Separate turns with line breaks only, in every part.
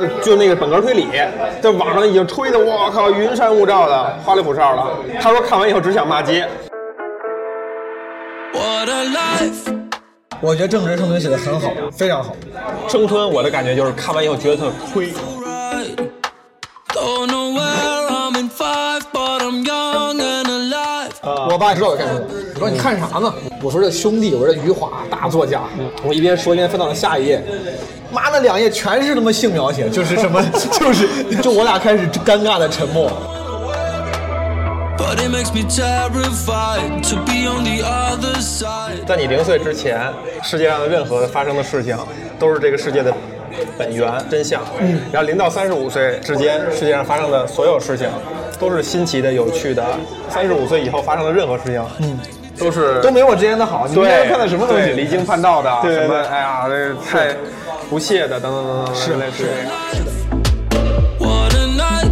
呃就那个本格推理，在网上已经吹的我靠云山雾罩的，花里胡哨的。他说看完以后只想骂街。
What a life.
我觉得郑执生存写的很好，非常好。
生吞，我的感觉就是看完以后觉得特亏。
right. Don't know where I'm in five, but I'm young and alive.
啊
我爸知道我干什么，我说你看啥呢？我说这兄弟，我说这余华大作家。我一边说一边翻到了下一页，妈那两页全是他妈性描写，就是 什么，就是就我俩开始尴尬的沉默。
But it makes me terrified to be on the other side.
在你零岁之前，世界上的任何发生的事情都是这个世界的本源真相。
嗯
然后零到三十五岁之间，世界上发生的所有事情都是新奇的、有趣的。三十五岁以后发生的任何事情，嗯，都是
都没我之前的好，你
对
看的什么东
对
西？
离经叛道的，
对对
什么
对
哎呀，这太不屑的，等等等等，是类似于这样
What a night.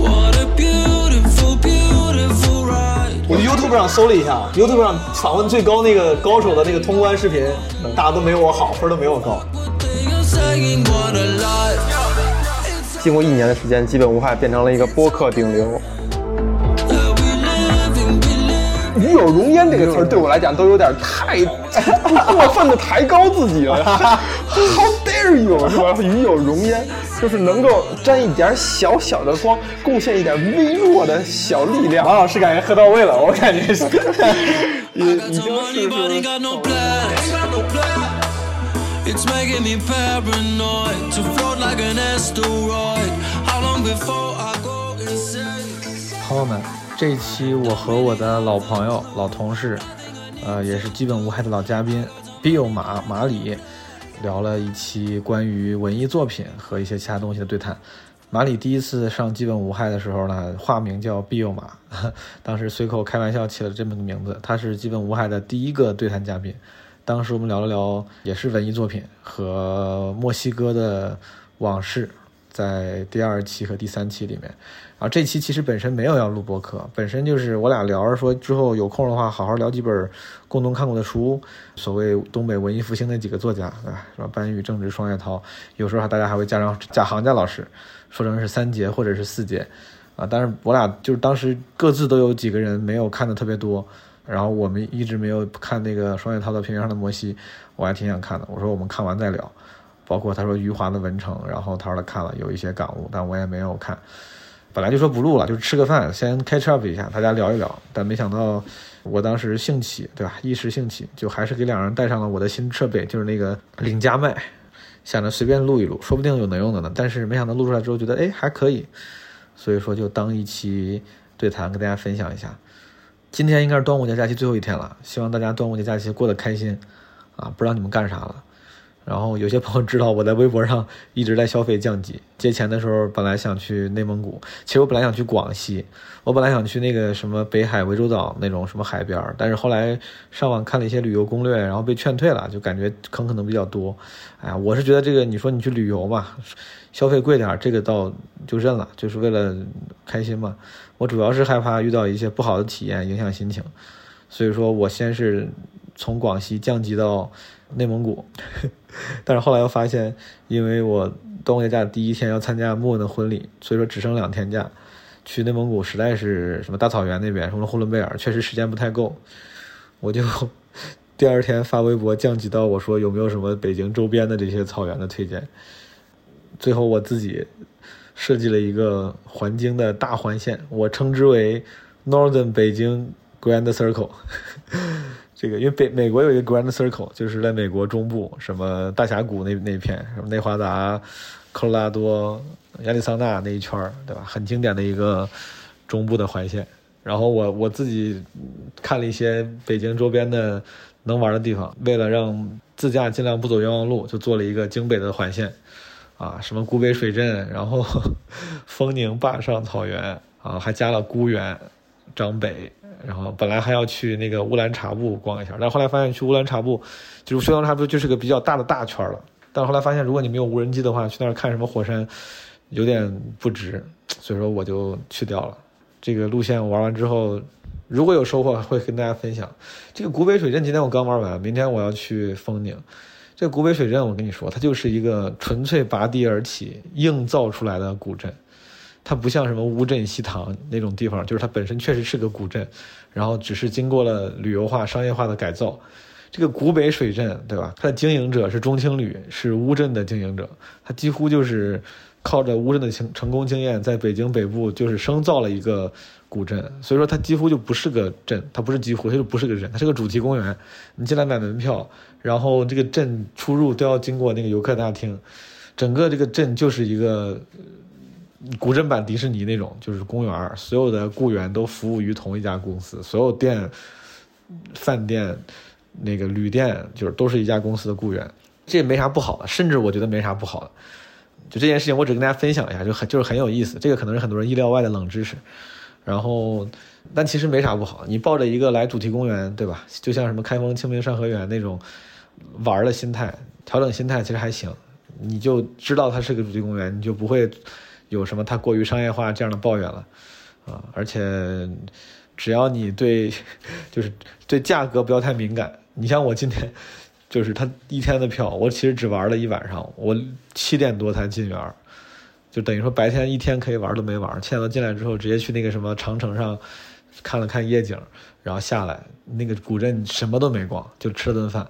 What a beautiful, beautiful ride.
我 YouTube 上搜了一下，YouTube 上访问最高那个高手的那个通关视频，
嗯
大家都没有我好，分都没有我高。
They are saying what a life.
经过一年的时间，基本无害变成了一个播客顶流。
That we live in, we live.
与有容焉这个词儿对我来讲都有点太 过分的抬高自己了。How dare you，是吧？与有容焉，就是能够沾一点小小的光，贡献一点微弱的小力量。王老师感觉喝到位了，我感觉是， 已
Got
已
some
经
money, but
是
ain't got no plans. It's making me paranoid to float like an asteroid. How long before I go insane?
朋友们，这一期我和我的老朋友、老同事，呃，也是基本无害的老嘉宾 Bill 马马里，聊了一期关于文艺作品和一些其他东西的对谈。马里第一次上基本无害的时候呢，化名叫 Bill 马， 当时随口开玩笑起了这么个名字。他是基本无害的第一个对谈嘉宾。当时我们聊了聊，也是文艺作品和墨西哥的往事，在第二期和第三期里面。然后这期其实本身没有要录播客，本身就是我俩聊着说之后有空的话，好好聊几本共同看过的书，所谓东北文艺复兴那几个作家啊，什么班宇、郑执、双雪涛，有时候还大家还会加上贾行家老师，说成是三杰或者是四杰，啊，但是我俩就是当时各自都有几个人没有看的特别多，然后我们一直没有看那个双雪涛的《平原上的摩西》，我还挺想看的，我说我们看完再聊。包括他说余华的《文成》，然后他说他看了有一些感悟，但我也没有看。本来就说不录了，就是吃个饭，先 catch up 一下，大家聊一聊。但没想到，我当时兴起，对吧？一时兴起，就还是给两人带上了我的新设备，就是那个领家麦，想着随便录一录，说不定有能用的呢。但是没想到录出来之后，觉得哎还可以，所以说就当一期对谈跟大家分享一下。今天应该是端午节假期最后一天了，希望大家端午节假期过得开心啊！不知道你们干啥了。然后有些朋友知道我在微博上一直在消费降级，借钱的时候本来想去内蒙古，其实我本来想去广西，我本来想去那个什么北海涠洲岛那种什么海边儿，但是后来上网看了一些旅游攻略，然后被劝退了，就感觉坑可能比较多。哎呀，我是觉得这个你说你去旅游嘛，消费贵点儿，这个倒就认了，就是为了开心嘛。我主要是害怕遇到一些不好的体验影响心情，所以说我先是从广西降级到内蒙古， 但是后来又发现，因为我端午节假第一天要参加莫文的婚礼，所以说只剩两天假，去内蒙古实在是什么大草原那边，什么呼伦贝尔，确实时间不太够，我就 第二天发微博降级到我说有没有什么北京周边的这些草原的推荐，最后我自己设计了一个环京的大环线，我称之为 Northern 北京 Grand Circle。这个因为北美国有一个 Grand Circle，就是在美国中部，什么大峡谷那那片，什么内华达、科罗拉多、亚利桑那那一圈儿，对吧？很经典的一个中部的环线。然后我我自己嗯看了一些北京周边的能玩的地方，为了让自驾尽量不走冤枉路，就做了一个京北的环线。啊，什么古北水镇，然后 丰宁坝上草原啊，还加了沽源、张北，然后本来还要去那个乌兰察布逛一下，但后来发现去乌兰察布，就是去乌兰察布就是个比较大的大圈了。但后来发现，如果你没有无人机的话，去那儿看什么火山，有点不值，所以说我就去掉了。这个路线玩完之后，如果有收获，会跟大家分享。这个古北水镇今天我刚玩完，明天我要去丰宁。这这古北水镇，我跟你说，它就是一个纯粹拔地而起、硬造出来的古镇，它不像什么乌镇、西塘那种地方，就是它本身确实是个古镇，然后只是经过了旅游化、商业化的改造。这个古北水镇，对吧？它的经营者是中青旅，是乌镇的经营者，它几乎就是靠着乌镇的成成功经验，在北京北部就是生造了一个古镇，所以说它几乎就不是个镇，它不是几乎，它就不是个镇，它是个主题公园。你进来买门票，然后这个镇出入都要经过那个游客大厅，整个这个镇就是一个古镇版迪士尼那种，就是公园儿，所有的雇员都服务于同一家公司，所有店、饭店、那个旅店就是都是一家公司的雇员，这也没啥不好的，甚至我觉得没啥不好的。就这件事情，我只跟大家分享一下，就很就是很有意思，这个可能是很多人意料外的冷知识。然后，但其实没啥不好，你抱着一个来主题公园，对吧？就像什么开封清明上河园那种玩儿的心态，调整心态其实还行，你就知道它是个主题公园，你就不会有什么它过于商业化这样的抱怨了啊。而且，只要你对就是对价格不要太敏感，你像我今天就是他一天的票，我其实只玩了一晚上，我七点多才进园儿。就等于说白天一天可以玩都没玩，七点多进来之后，直接去那个什么长城上看了看夜景，然后下来那个古镇什么都没逛，就吃了顿饭。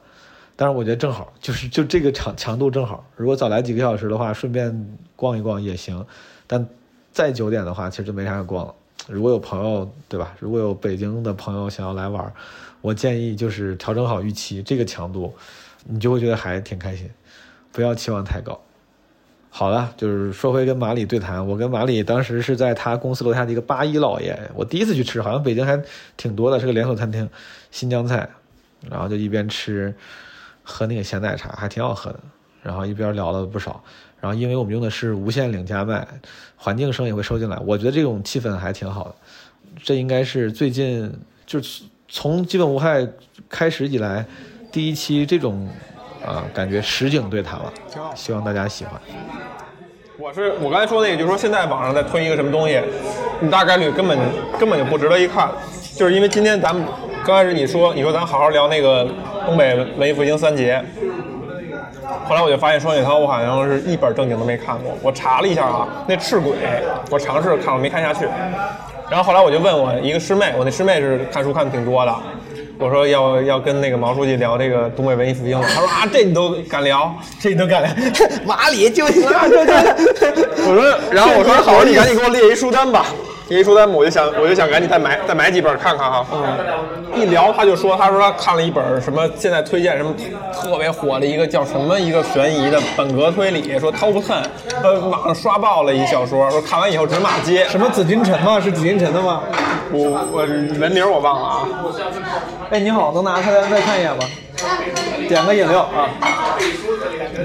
但是我觉得正好，就是就这个强强度正好，如果早来几个小时的话，顺便逛一逛也行。但再久点的话，其实就没啥可逛了。如果有朋友对吧？如果有北京的朋友想要来玩，我建议就是调整好预期，这个强度，你就会觉得还挺开心，不要期望太高。好了，就是说回跟马里对谈，我跟马里当时是在他公司楼下的一个八一老爷，我第一次去吃，好像北京还挺多的，是个连锁餐厅，新疆菜，然后就一边吃，喝那个咸奶茶，还挺好喝的，然后一边聊了不少，然后因为我们用的是无线领夹麦，环境声也会收进来，我觉得这种气氛还挺好的，这应该是最近就是从基本无害开始以来第一期这种啊、感觉实景对谈了，希望大家喜欢。
我是我刚才说那个，就是说现在网上在推一个什么东西，你大概率根本根本就不值得一看，就是因为今天咱们刚开始你说你说咱好好聊那个东北文艺复兴三杰，后来我就发现双雪涛我好像是一本正经都没看过，我查了一下啊，那赤鬼我尝试看了没看下去，然后后来我就问我一个师妹，我那师妹是看书看的挺多的。我说要要跟那个毛书记聊这个东北文艺复兴了，他说啊这你都敢聊，这你都敢聊，
马里就行，
我说，然后我说好，你赶紧给我列一书单吧，列一书单吧，我就想我就想赶紧再买再买几本看看哈。一聊他就说，他说他看了一本什么现在推荐什么特别火的一个叫什么一个悬疑的本格推理，说 Top Ten，呃网上刷爆了一小说，说看完以后直骂街。
什么紫禁城吗？是紫禁城的吗？
我我文名我忘了啊。
哎，你好，能拿它再看一眼吗？点个饮料啊，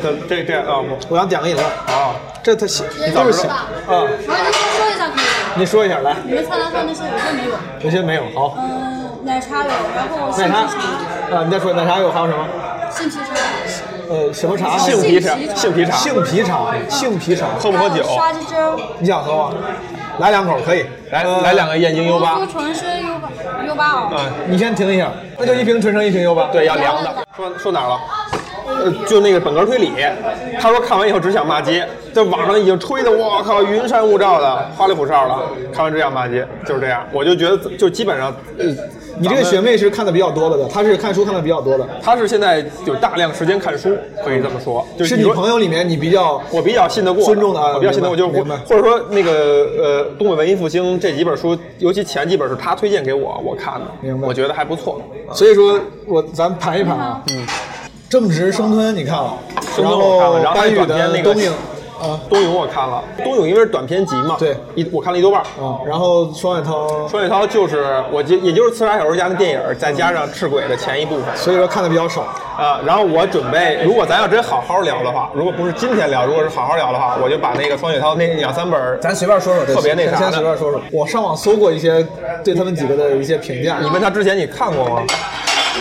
这这这啊我
我想点个饮料。
啊，
这它写，
你
都
早
是
知
写
道
啊。
嗯
我跟您说一下可以吗？
你说一下来，
你们菜单上那些有些没有，
有些没有。好，
嗯，奶茶有，然后
奶
杏
茶
皮茶，
啊，你再说奶茶有还有什么？
杏皮茶，
呃，什么
啊
茶？
杏皮茶
杏皮，茶
杏皮茶，
杏皮茶，杏皮茶。
喝不喝酒？
沙棘汁儿，
你想喝吗？来两口可以。
来
呃
来两个燕京 U 八
蘑。菇纯生优巴优巴哦，
嗯，
你先停一下，那就一瓶纯生，一瓶优吧。
对，要凉的。说说哪儿了？呃，就那个本格推理，他说看完以后只想骂街，在网上已经吹的，我靠，云山雾罩的，花里胡哨的，看完只想骂街，就是这样。我就觉得，就基本上，呃，
你这个
咱们
学妹是看的比较多了的，她是看书看的比较多的，
他是现在有大量时间看书，可以这么说。就是
你
说
朋友里面你比较
我比较信得过，
尊重的啊
我比较信得过，就是
明白明白
或者说那个呃，东北文艺复兴这几本书，尤其前几本是他推荐给我，我看的，
明白
我觉得还不错。
啊所以说我咱盘一盘啊，嗯，正值生吞你看了，
生吞我看了然后
班宇
短片那
的
个
东影啊，
冬泳我看了，冬泳因为是短篇集嘛，
对
一我看了一多半儿。
啊，然后双雪涛，
双雪涛就是我就也就是《刺杀小说家》的电影，再加上《赤鬼》的前一部分
所以说看的比较少，
啊。然后我准备，如果咱要真好好聊的话，如果不是今天聊，如果是好好聊的话，我就把那个双雪涛那两三本儿，
咱随便说说，
特别那啥的
先随便说说。我上网搜过一些对他们几个的一些评价，
你问他之前你看过吗？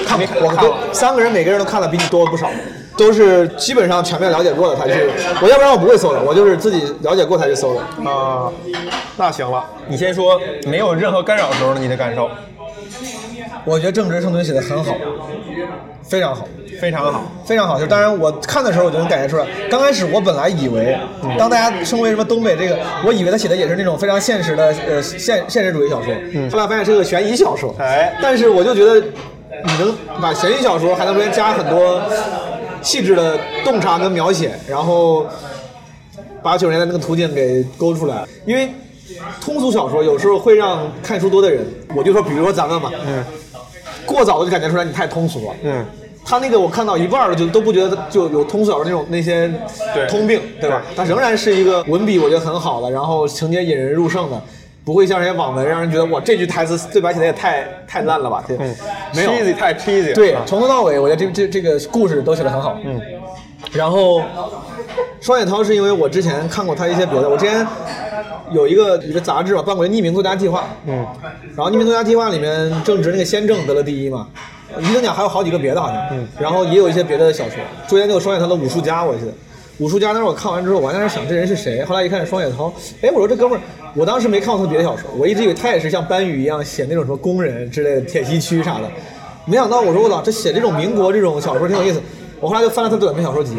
看
没
我
看
都
了
三个人，每个人都看的比你多不少，都是基本上全面了解过的才去，我要不然我不会搜的，我就是自己了解过才去搜的。
啊、那行了，你先说，没有任何干扰的时候的你的感受。
我觉得正直生存写的很好，非常好。
非常好。
非常好，就是当然我看的时候我就能感觉出来。刚开始我本来以为，当大家称为什么东北这个，我以为他写的也是那种非常现实的呃现现实主义小说，后来发现是个悬疑小说。
哎
但是我就觉得你能把悬疑小说还能中间加很多细致的洞察跟描写，然后把九十年代那个途径给勾出来，因为。通俗小说有时候会让看书多的人，我就说，比如说咱们吧，嗯，过早的就感觉出来你太通俗了，
嗯，
他那个我看到一半儿了，就都不觉得就有通俗小说那种那些
对
通病，对吧？它仍然是一个文笔我觉得很好的，然后情节引人入胜的，不会像这些网文让人觉得哇这句台词对白写的也太太烂了吧？对，没有
cheesy 太 cheesy 了。
对
啊，
从头到尾，我觉得这这这个故事都写的很好。嗯，然后双雪涛是因为我之前看过他一些别的，我之前有一个一个杂志吧，办过一个匿名作家计划。嗯，然后匿名作家计划里面正值那个先正得了第一嘛，一等奖还有好几个别的好像。嗯，然后也有一些别的小说，中间就有双雪涛的武术家，我记得。武术家当时我看完之后，我还在那想这人是谁。后来一看双雪涛，哎，我说这哥们儿，我当时没看过他别的小说，我一直以为他也是像班宇一样写那种什么工人之类的铁西区啥的。没想到我说我操，这写这种民国这种小说挺有意思。我后来就翻了他的短篇小说集，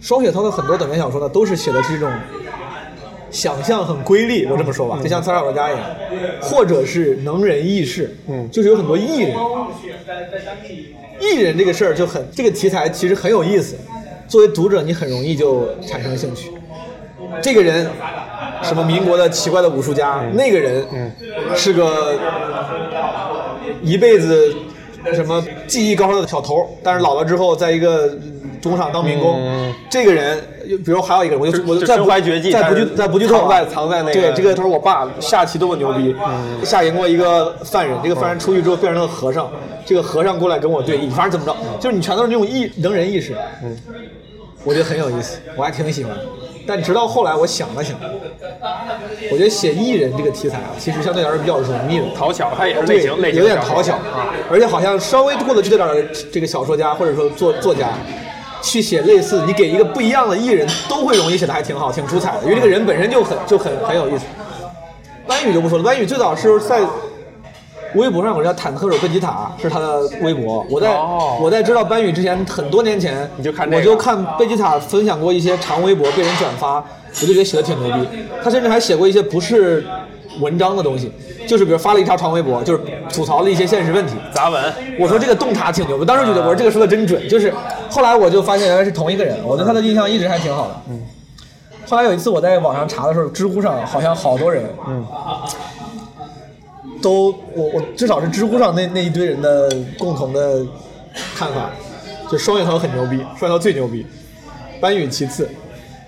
双雪涛的很多短篇小说呢，都是写的是这种想象很瑰丽，我这么说吧，就像《三傻小家》一样，或者是能人异士，嗯，就是有很多艺人。艺人这个事儿就很，这个题材其实很有意思，作为读者你很容易就产生兴趣。这个人，什么民国的奇怪的武术家，
嗯
那个人，是个一辈子什么技艺高超的小头儿，但是老了之后，在一个工厂当民工。这个人，比如还有一个人，我就
就
我
嗯就
再不
身怀绝技
再不
但
剧
是
再不剧透
藏
了
在藏在那个嗯
对这个头儿，我爸下棋多么牛逼，下赢过一个犯人，这个犯人出去之后变成了和尚，这个和尚过来跟我对弈，反正怎么
嗯
着，就是你全都是那种意能人意识，嗯，我觉得很有意思，我还挺喜欢的。但直到后来，我想了想，我觉得写艺人这个题材啊，其实相对来说比较容易的，
讨巧，它也是啊
对，
类型类型
有点
小说
讨巧啊，而且好像稍微过得去点儿的这个小说家或者说作作家，去写类似你给一个不一样的艺人，都会容易写的还挺好，挺出彩的，因为这个人本身就很就很很有意思。班宇就不说了，班宇最早是在微博上有个叫忐忑手贝吉塔是他的微博，我在、
哦
我在知道班宇之前很多年前，
你就看这个
我就看贝吉塔分享过一些长微博被人转发，我就觉得写的挺牛逼。他甚至还写过一些不是文章的东西，就是比如发了一条长微博，就是吐槽了一些现实问题。
杂文，
我说这个洞察挺牛，我当时觉得我说这个说的真准，就是后来我就发现原来是同一个人，我对他的印象一直还挺好的。嗯。后来有一次我在网上查的时候，知乎上好像好多人，嗯，都我我至少是知乎上那那一堆人的共同的看法，就双雪涛很牛逼，双雪涛最牛逼，班宇其次，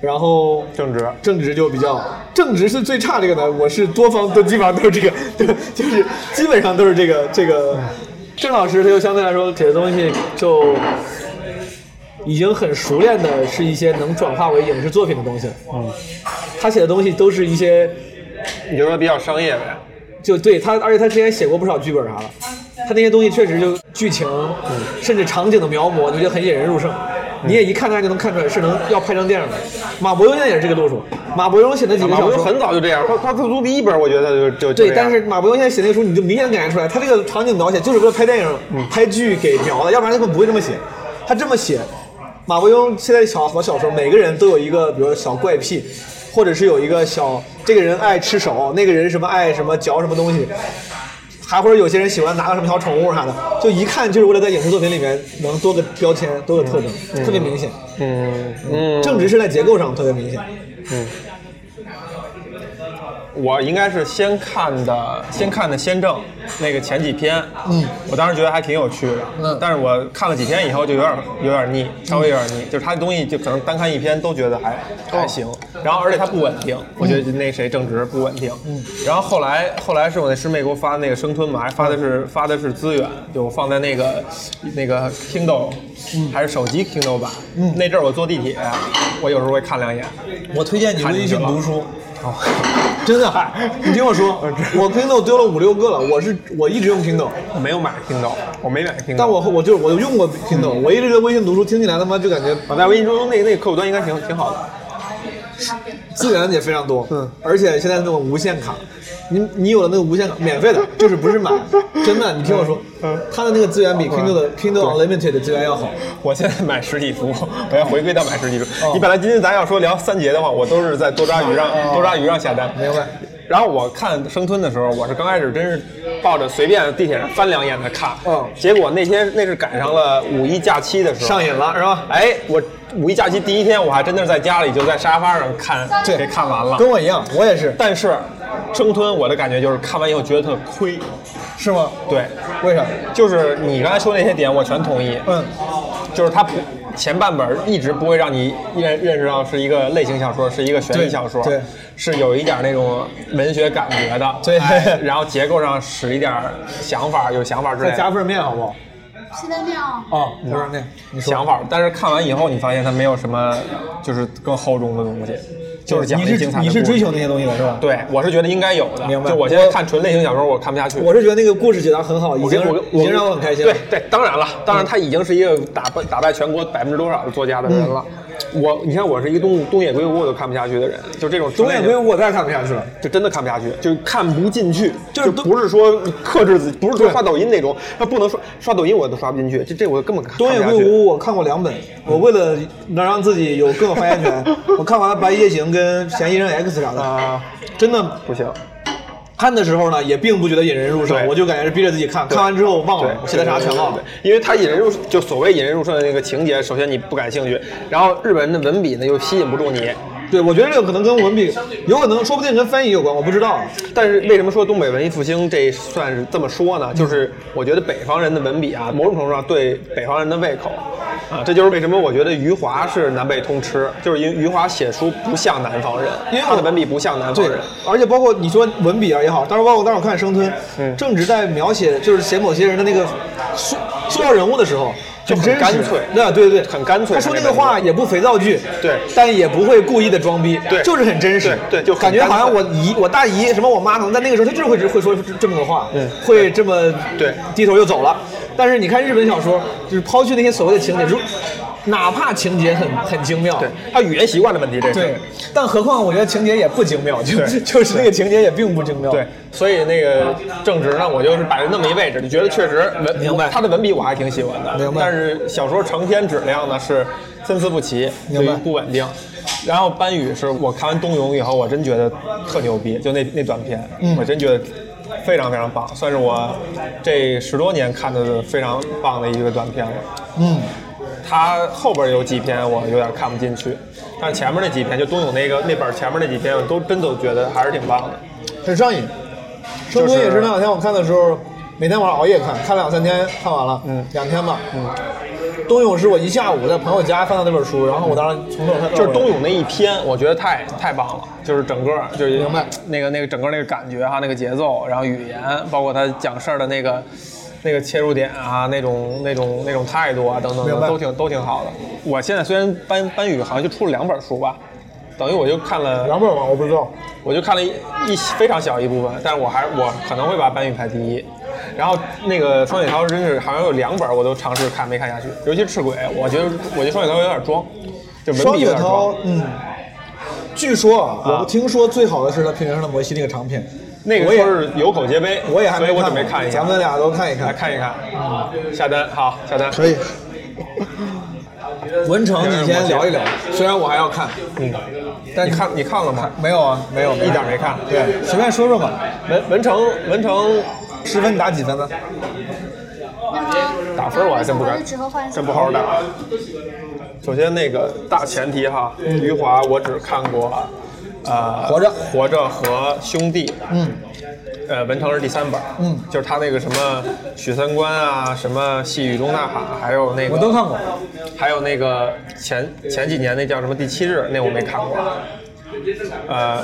然后
正直
正直就比较，正直是最差这个的。我是多方都基本上都是这个，对，就是基本上都是这个这个。郑老师他就相对来说给的东西就已经很熟练的是一些能转化为影视作品的东西。嗯，他写的东西都是一些
你就说比较商业呗。
就对他，而且他之前写过不少剧本啥的，他那些东西确实就剧情，甚至场景的描摹，你觉得很引人入
嗯
胜。你也一看大家就能看出来是能要拍成电影的。马伯庸现在也是这个路数，马伯庸写的几个
马
小
伯庸
说，
很早就这样，他他出第一本，我觉得他就就就
对，
这样
但是马伯庸现在写那个书，你就明显感觉出来，他这个场景描写就是为了拍电影、
嗯
拍剧给描的，要不然他根本不会这么写。他这么写，马伯庸现在小好多小说，每个人都有一个，比如说小怪癖，或者是有一个小这个人爱吃手，那个人什么爱什么嚼什么东西，还或者有些人喜欢拿个什么小宠物啥的，就一看就是为了在影视作品里面能多个标签、多个特征，特别明显。
嗯嗯，
正直是在结构上特别明显。
我应该是先看的，先看的《先正》那个前几篇，嗯，我当时觉得还挺有趣的，
嗯
但是我看了几天以后就有点有点腻，稍微有点
嗯
腻，就是他的东西就可能单看一篇都觉得还
哦
还行，然后而且他不稳定，
嗯
我觉得那谁正直不稳定，嗯，然后后来后来是我那师妹给我发那个生吞嘛，发的
嗯
是发的是资源，就我放在那个那个 Kindle，还是
嗯
手机 Kindle 版，嗯，那阵儿我坐地铁，我有时候会看两眼，
我推荐你
看进
微
去
信
了
读书。 真的，你听 我说，我 Kindle 丢了五六个了，我是我一直用 Kindle，
我没有买 Kindle，我没买 Kindle，
但我我就我用过 Kindle，我一直觉得微信读书听起来他妈就感觉
我在微信中那那客户端应该挺挺好的。
资源也非常多，
嗯，
而且现在那种无限卡，你你有了那个无限卡，免费的，就是不 是买，真的，你听我说，
嗯
它的那个资源比 Kindle 的 Kindle Unlimited 的资源要好，
我现在买实体书， 我要回归到买实体书。
哦
你本来今天咱要说聊三节的话，我都是在多抓鱼上、多抓鱼上下单。
明白？
然后我看生吞的时候，我是刚开始真是抱着随便地铁上翻两眼的看，
嗯
结果那天那是赶上了五一假期的时候，
上瘾了是吧？
哎，我五一假期第一天，我还真的是在家里就在沙发上看，
对
给看完了。
跟我一样，我也是，
但是生吞我的感觉就是看完以后觉得特亏，
是吗？
对，
为啥？
就是你刚才说那些点我全同意，
嗯，
就是它不前半本一直不会让你认认识到是一个类型小说，是一个悬疑小说，
对对
是有一点那种文学感觉的，
对
哎然后结构上使一点想法，有想法之类
再加
的。
份面好不好？
西单面啊，
哦，加份面，你说
嗯想法，但是看完以后，你发现它没有什么，就是更厚重的东西，就是讲
你
了一
是
精彩的
你是
故事
追求那些东西的是吧？
对，我是觉得应该有的。
明白
就我现在看纯类型小说，我看不下去。
我是觉得那个故事解答很好，已
我
经
跟我跟
已经让我很开心了
对。对，当然了，当然他已经是一个打败打败全国百分之多少的作家的人了。
嗯
我你看，我是一个东东野圭吾我都看不下去的人，就这种
东野圭
吾
吾我再也看不下去了。
就真的看不下去，就看不进去，
就是
就
东
不是说克制自己，不是说
对
刷抖音那种，他不能刷刷抖音我都刷不进去，这这我根本看
东
不
野
下
圭
去。
吾我看过
嗯
两本，我为了能让自己有更有发言权，我看完了《白夜行》跟《嫌疑人 X》啥的，
啊，
真的
不行，
看的时候呢，也并不觉得引人入胜，
对
我就感觉是逼着自己看，
对
看完之后忘
对
了，，写的啥全忘了。
因为他引人入就所谓引人入胜的那个情节，首先你不感兴趣，然后日本人的文笔呢又吸引不住你，
对，我觉得这个可能跟文笔，有可能说不定跟翻译有关，我不知道。
但是为什么说东北文艺复兴这算是这么说呢？就是我觉得北方人的文笔啊，某种程度上对北方人的胃口啊，这就是为什么我觉得余华是南北通吃，就是因为余华写书不像南方人，
因为我
他的文笔不像南方
对
人。，
而且包括你说文笔啊也好，当时包括当时我看生吞，
嗯
正直在描写就是写某些人的那个塑塑造人物的时候，
就很
真实
干脆
对啊对对，
很干脆
他说
他
那
那
个
本
话
子
也不肥皂剧，
对
但也不会故意的装逼，
对
就是很真实，
对对就很
感觉好像
干
我
脆
姨、我大姨什么我妈可能在那个时候她就是会会说这么个话，会这么
嗯对
低头就走了。但是你看日本小说，就是抛去那些所谓的情节，如哪怕情节很很精妙，
对他语言习惯的问题， 这是
对，但何况我觉得情节也不精妙，就
对
就是那个情节也并不精妙。
对，所以那个正直呢，我就是摆在那么一位置，就觉得确实文
明白
他的文笔我还挺喜欢的，
明白
但是小说成篇质量呢是参差不齐，
明白
对于不稳定。然后班宇是我看完《冬泳》以后，我真觉得特牛逼，就那那短片，
嗯
我真觉得非常非常棒，算是我这十多年看的非常棒的一个短片了。
嗯，
他后边有几篇我有点看不进去，但是前面那几篇，就冬泳那个那本前面那几篇，我都真都觉得还是挺棒的。
很上瘾。生
就
吞
是
也是那两天我看的时候，每天晚上熬夜看，看两三天看完了，嗯，两天吧，嗯。冬泳是我一下午在朋友家翻到那本书，然后我当时从头看到尾，
就是冬泳那一篇，我觉得太太棒了，就是整个就是
明白
那个那个整个那个感觉哈、那个节奏，然后语言，包括他讲事儿的那个那个切入点啊，那种那种那种态度啊，等等
明
等
白
等，都挺都挺好的。我现在虽然班班宇好像就出了两本书吧，等于我就看了
两本吧，我不知道。
我就看了一一非常小一部分，但是我还我可能会把班宇排第一。然后那个双雪涛真是好像有两本我都尝试看没看下去，尤其赤鬼，我觉得我觉得双雪涛有点装，就文
双
笔有
雪
点装
涛。，嗯，据说啊，
啊
我听说最好的是他平原上的摩西那个长篇，
那个
我也
说是有口皆碑，
我也还
所以
没
我
看
准备
过，
看一下，
咱们俩都看一
来
看，
看一看，下单好，下单
可以。文成，你先聊 一聊，虽然我还要看，
嗯，
但
你看你看了吗？
没有啊，没有，
一点没看
对，随便说说吧，
文文成文成
十分打几分呢？
那啥，
打分我还真不敢
我就只喝幻，想
真不好好打。首先那个大前提哈，余华我只看过，呃，
活着
活着和兄弟，
嗯，
呃，文成是第三本，
嗯，
就是他那个什么许三观啊，什么细雨中呐喊，还有那个
我都看过，
还有那个前前几年那叫什么第七日，那我没看过，呃，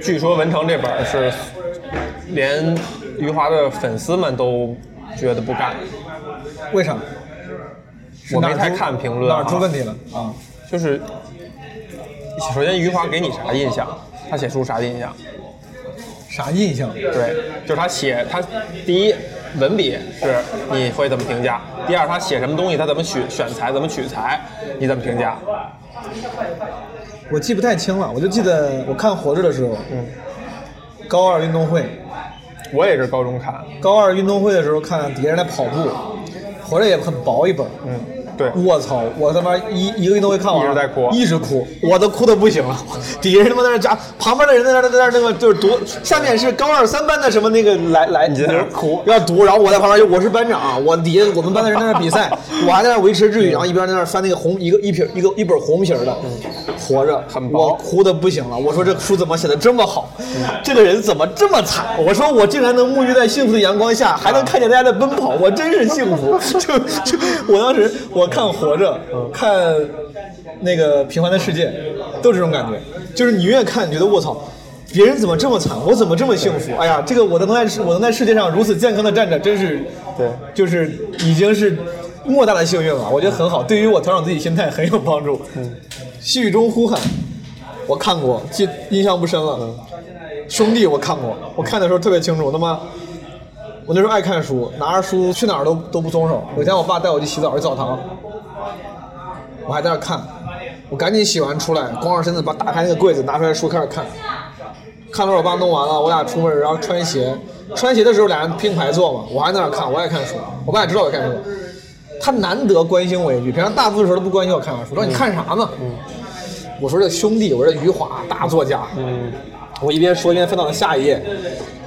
据说文成这本儿是连余华的粉丝们都觉得不干，
为啥？
我没
哪儿
太
出
看评论
哪
啊
儿出问题了啊？
就是首先余华给你啥印象？他写书啥印象？
啥印象？
对，就是他写他第一文笔是你会怎么评价？第二他写什么东西，他怎么选选材，怎么取材，你怎么评价？
我记不太清了，我就记得我看《活着》的时候，嗯，高二运动会，
我也是高中看，
高二运动会的时候看别人在跑步，《活着》也很薄一本，
嗯，对，
我操！我他妈一一个运动会看完，
一直在哭
一直哭，我都哭的不行了。底下人他妈在那夹，旁边的人在那在那那个就是读，下面是高二三班的什么那个来来，
哎
你在那哭，啊要读，然后我在旁边就我是班长，我底下我们班的人在那比赛，我还在那维持秩序，然后一边在那翻那个红一个一瓶一个一本红皮儿的，活着，
嗯很薄嗯
我哭的不行了。我说这书怎么写的这么好？这个人怎么这么惨？我说我竟然能沐浴在幸福的阳光下，还能看见大家在奔跑，我真是幸福。 就就我当时我看《活着》，
嗯
看那个《平凡的世界》，都这种感觉。就是你越看，你觉得卧槽。别人怎么这么惨，我怎么这么幸福？哎呀，这个我能在世我能在世界上如此健康的站着，真是，对，就是已经是莫大的幸运了。我觉得很好，对于我调整自己心态很有帮助。嗯，细雨中呼喊，我看过，记印象不深了。兄弟，我看过，我看的时候特别清楚，我他妈。我那时候爱看书，拿着书去哪儿都都不松手。有一天，我爸带我去洗澡，去澡堂，我还在那儿看，我赶紧洗完出来，光着身子把打开那个柜子，拿出来书开始看。看到我爸弄完了，我俩出门，然后穿鞋，穿鞋的时候俩人并排坐嘛，我还在那儿看，我也看书，我爸也知道我看书，他难得关心我一句，平常大部分时候都不关心我看啥书，说你看啥呢？我说这兄弟，我这余华大作家，
嗯
我一边说一边翻到了下一页，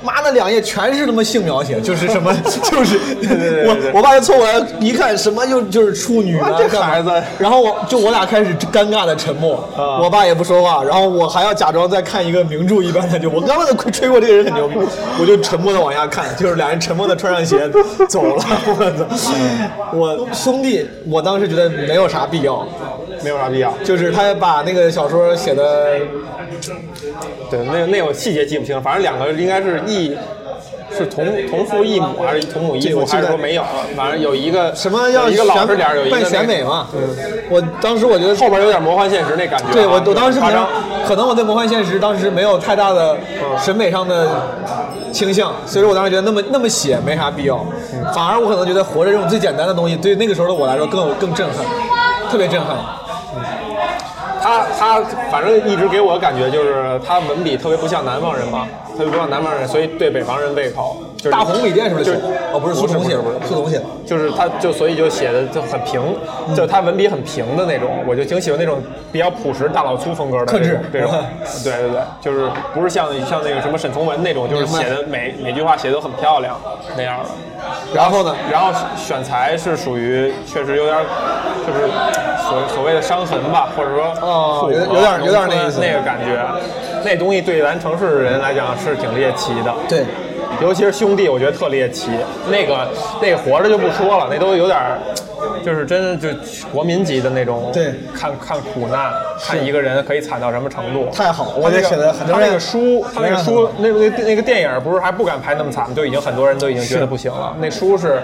妈的两页全是他妈性描写，就是什 么就是
对对
我我爸就凑过来一看，什么又就是处女啊
这
干嘛
孩子啊
然后我就我俩开始尴尬的沉默，我爸也不说话，然后我还要假装在看一个名著一般的，就我刚刚的吹过这个人很牛逼，我就沉默的往下看，就是俩人沉默的穿上鞋走了， 我操！
嗯
我兄弟，我当时觉得没有啥必要，
没有啥必要。
就是他把那个小说写的
对，那那我细节记不清，反正两个应该是异，是同同父异母还是同母异
这个
父，
我记
还
得
是说没有了？反正有一个
什么要
有一个老实点儿，有一个
办
那
选美嘛，我当时我觉得
后边有点魔幻现实那感觉啊。
对我，我当时可
夸
能
张，
可能我对魔幻现实当时没有太大的审美上的倾向，所以说我当时觉得那么那么写没啥必要，反而我可能觉得活着这种最简单的东西，对那个时候的我来说更有更震撼，特别震撼。
他他反正一直给我的感觉就是他文笔特别不像南方人嘛，特别不像南方人，所以对北方人胃口。就是
大红笔电是不是
就
写的？哦，不是苏童
不
写
是
的
不是，
苏童写的。
就是他就所以就写的就很平，
嗯
就他文笔很平的那种，我就挺喜欢那种比较朴实大老粗风格的
克制
这种，这种对对对，就是不是像像那个什么沈从文那种，就是
明白
写的每每句话写的都很漂亮那样的。
然后呢？
然后选材是属于确实有点儿，就是所所谓的伤痕吧，或者说啊
哦
复古
有有点有点那意思
那个感觉，那东西对咱城市人来讲是挺猎奇的。
对，
尤其是兄弟，我觉得特猎奇。那个那个活着就不说了，那都有点儿，就是真的就国民级的那种。
对
看看苦难，看一个人可以惨到什么程度。
太好
他
我
那
觉得
个
写得很多
他
人
那个书，他那个
很
书，那那那个电影不是还不敢拍那么惨，就已经很多人都已经觉得不行了。那书是，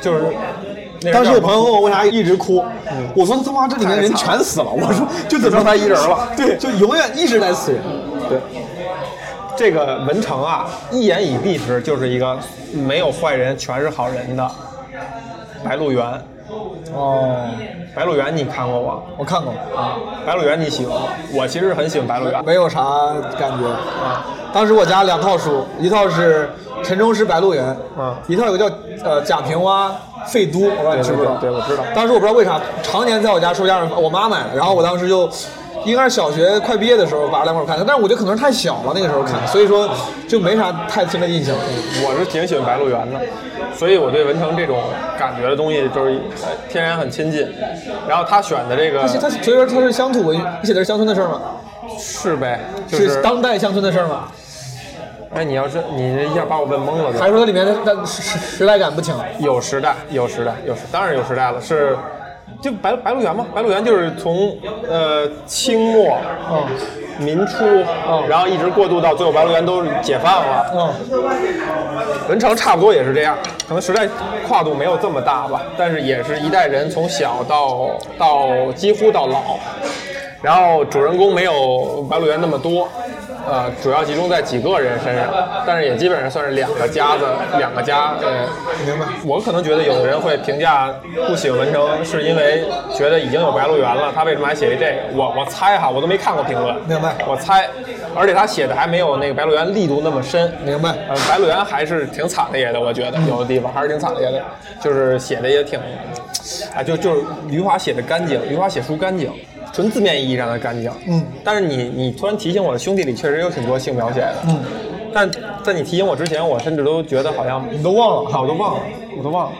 就是。那是
当时
叫
有
什么
朋友问我为啥一直哭，我说他妈这里面人全死了，我说就怎么他一人了？对，就永远一直在死人。
这个文成啊，一言以蔽之，就是一个没有坏人，全是好人的白鹿原。
哦，
白鹿原你看过吗？
我看过，
白鹿原你喜欢吗？我其实很喜欢白鹿原。
没有啥感觉啊。当时我家两套书，一套是《陈忠实白鹿原》，
嗯
一套有个叫呃贾平凹废都，我不知道你知不知道？
对对对对我知道
当时我不知道为啥，常年在我家书架上，我妈买的，然后我当时就。应该是小学快毕业的时候把这两本看的，但是我觉得可能是太小了，那个时候
嗯
看，所以说就没啥太深的印象。
我是挺喜欢白鹿原的，所以我对文成这种感觉的东西就是呃天然很亲近。然后他选的这个
他写他所以说他是乡土文，你写的是乡村的事儿吗？
是呗，就是
当代乡村的事儿吗？
哎，你要是你这一下把我问懵了就，
还是说它里面的它时时时代感不强？
有时代，有时代，有时当然有时代了，是就白白鹿原嘛，白鹿原就是从呃清末。
嗯
民初，然后一直过渡到最后白鹿原都解放了，
嗯，
文成差不多也是这样，可能时代跨度没有这么大吧，但是也是一代人从小到到几乎到老，然后主人公没有白鹿原那么多，呃，主要集中在几个人身上，但是也基本上算是两个家子，两个家。对，明白。我可能觉得有的人会评价不喜欢文成，是因为觉得已经有《白鹿原》了，他为什么还写一这个？我我猜哈，我都没看过评论。
明白
我猜，而且他写的还没有那个《白鹿原》力度那么深。
明白
呃，《白鹿原》还是挺惨烈的，我觉得有的地方还是挺惨烈的，就是写的也挺，啊，就就是余华写的干净，余华写书干净，纯字面意义上的干净。
嗯
但是你你突然提醒我，《兄弟》里确实有挺多性描写的。嗯，但在你提醒我之前，我甚至都觉得好像
你都忘了
好，我都忘了，我都忘了。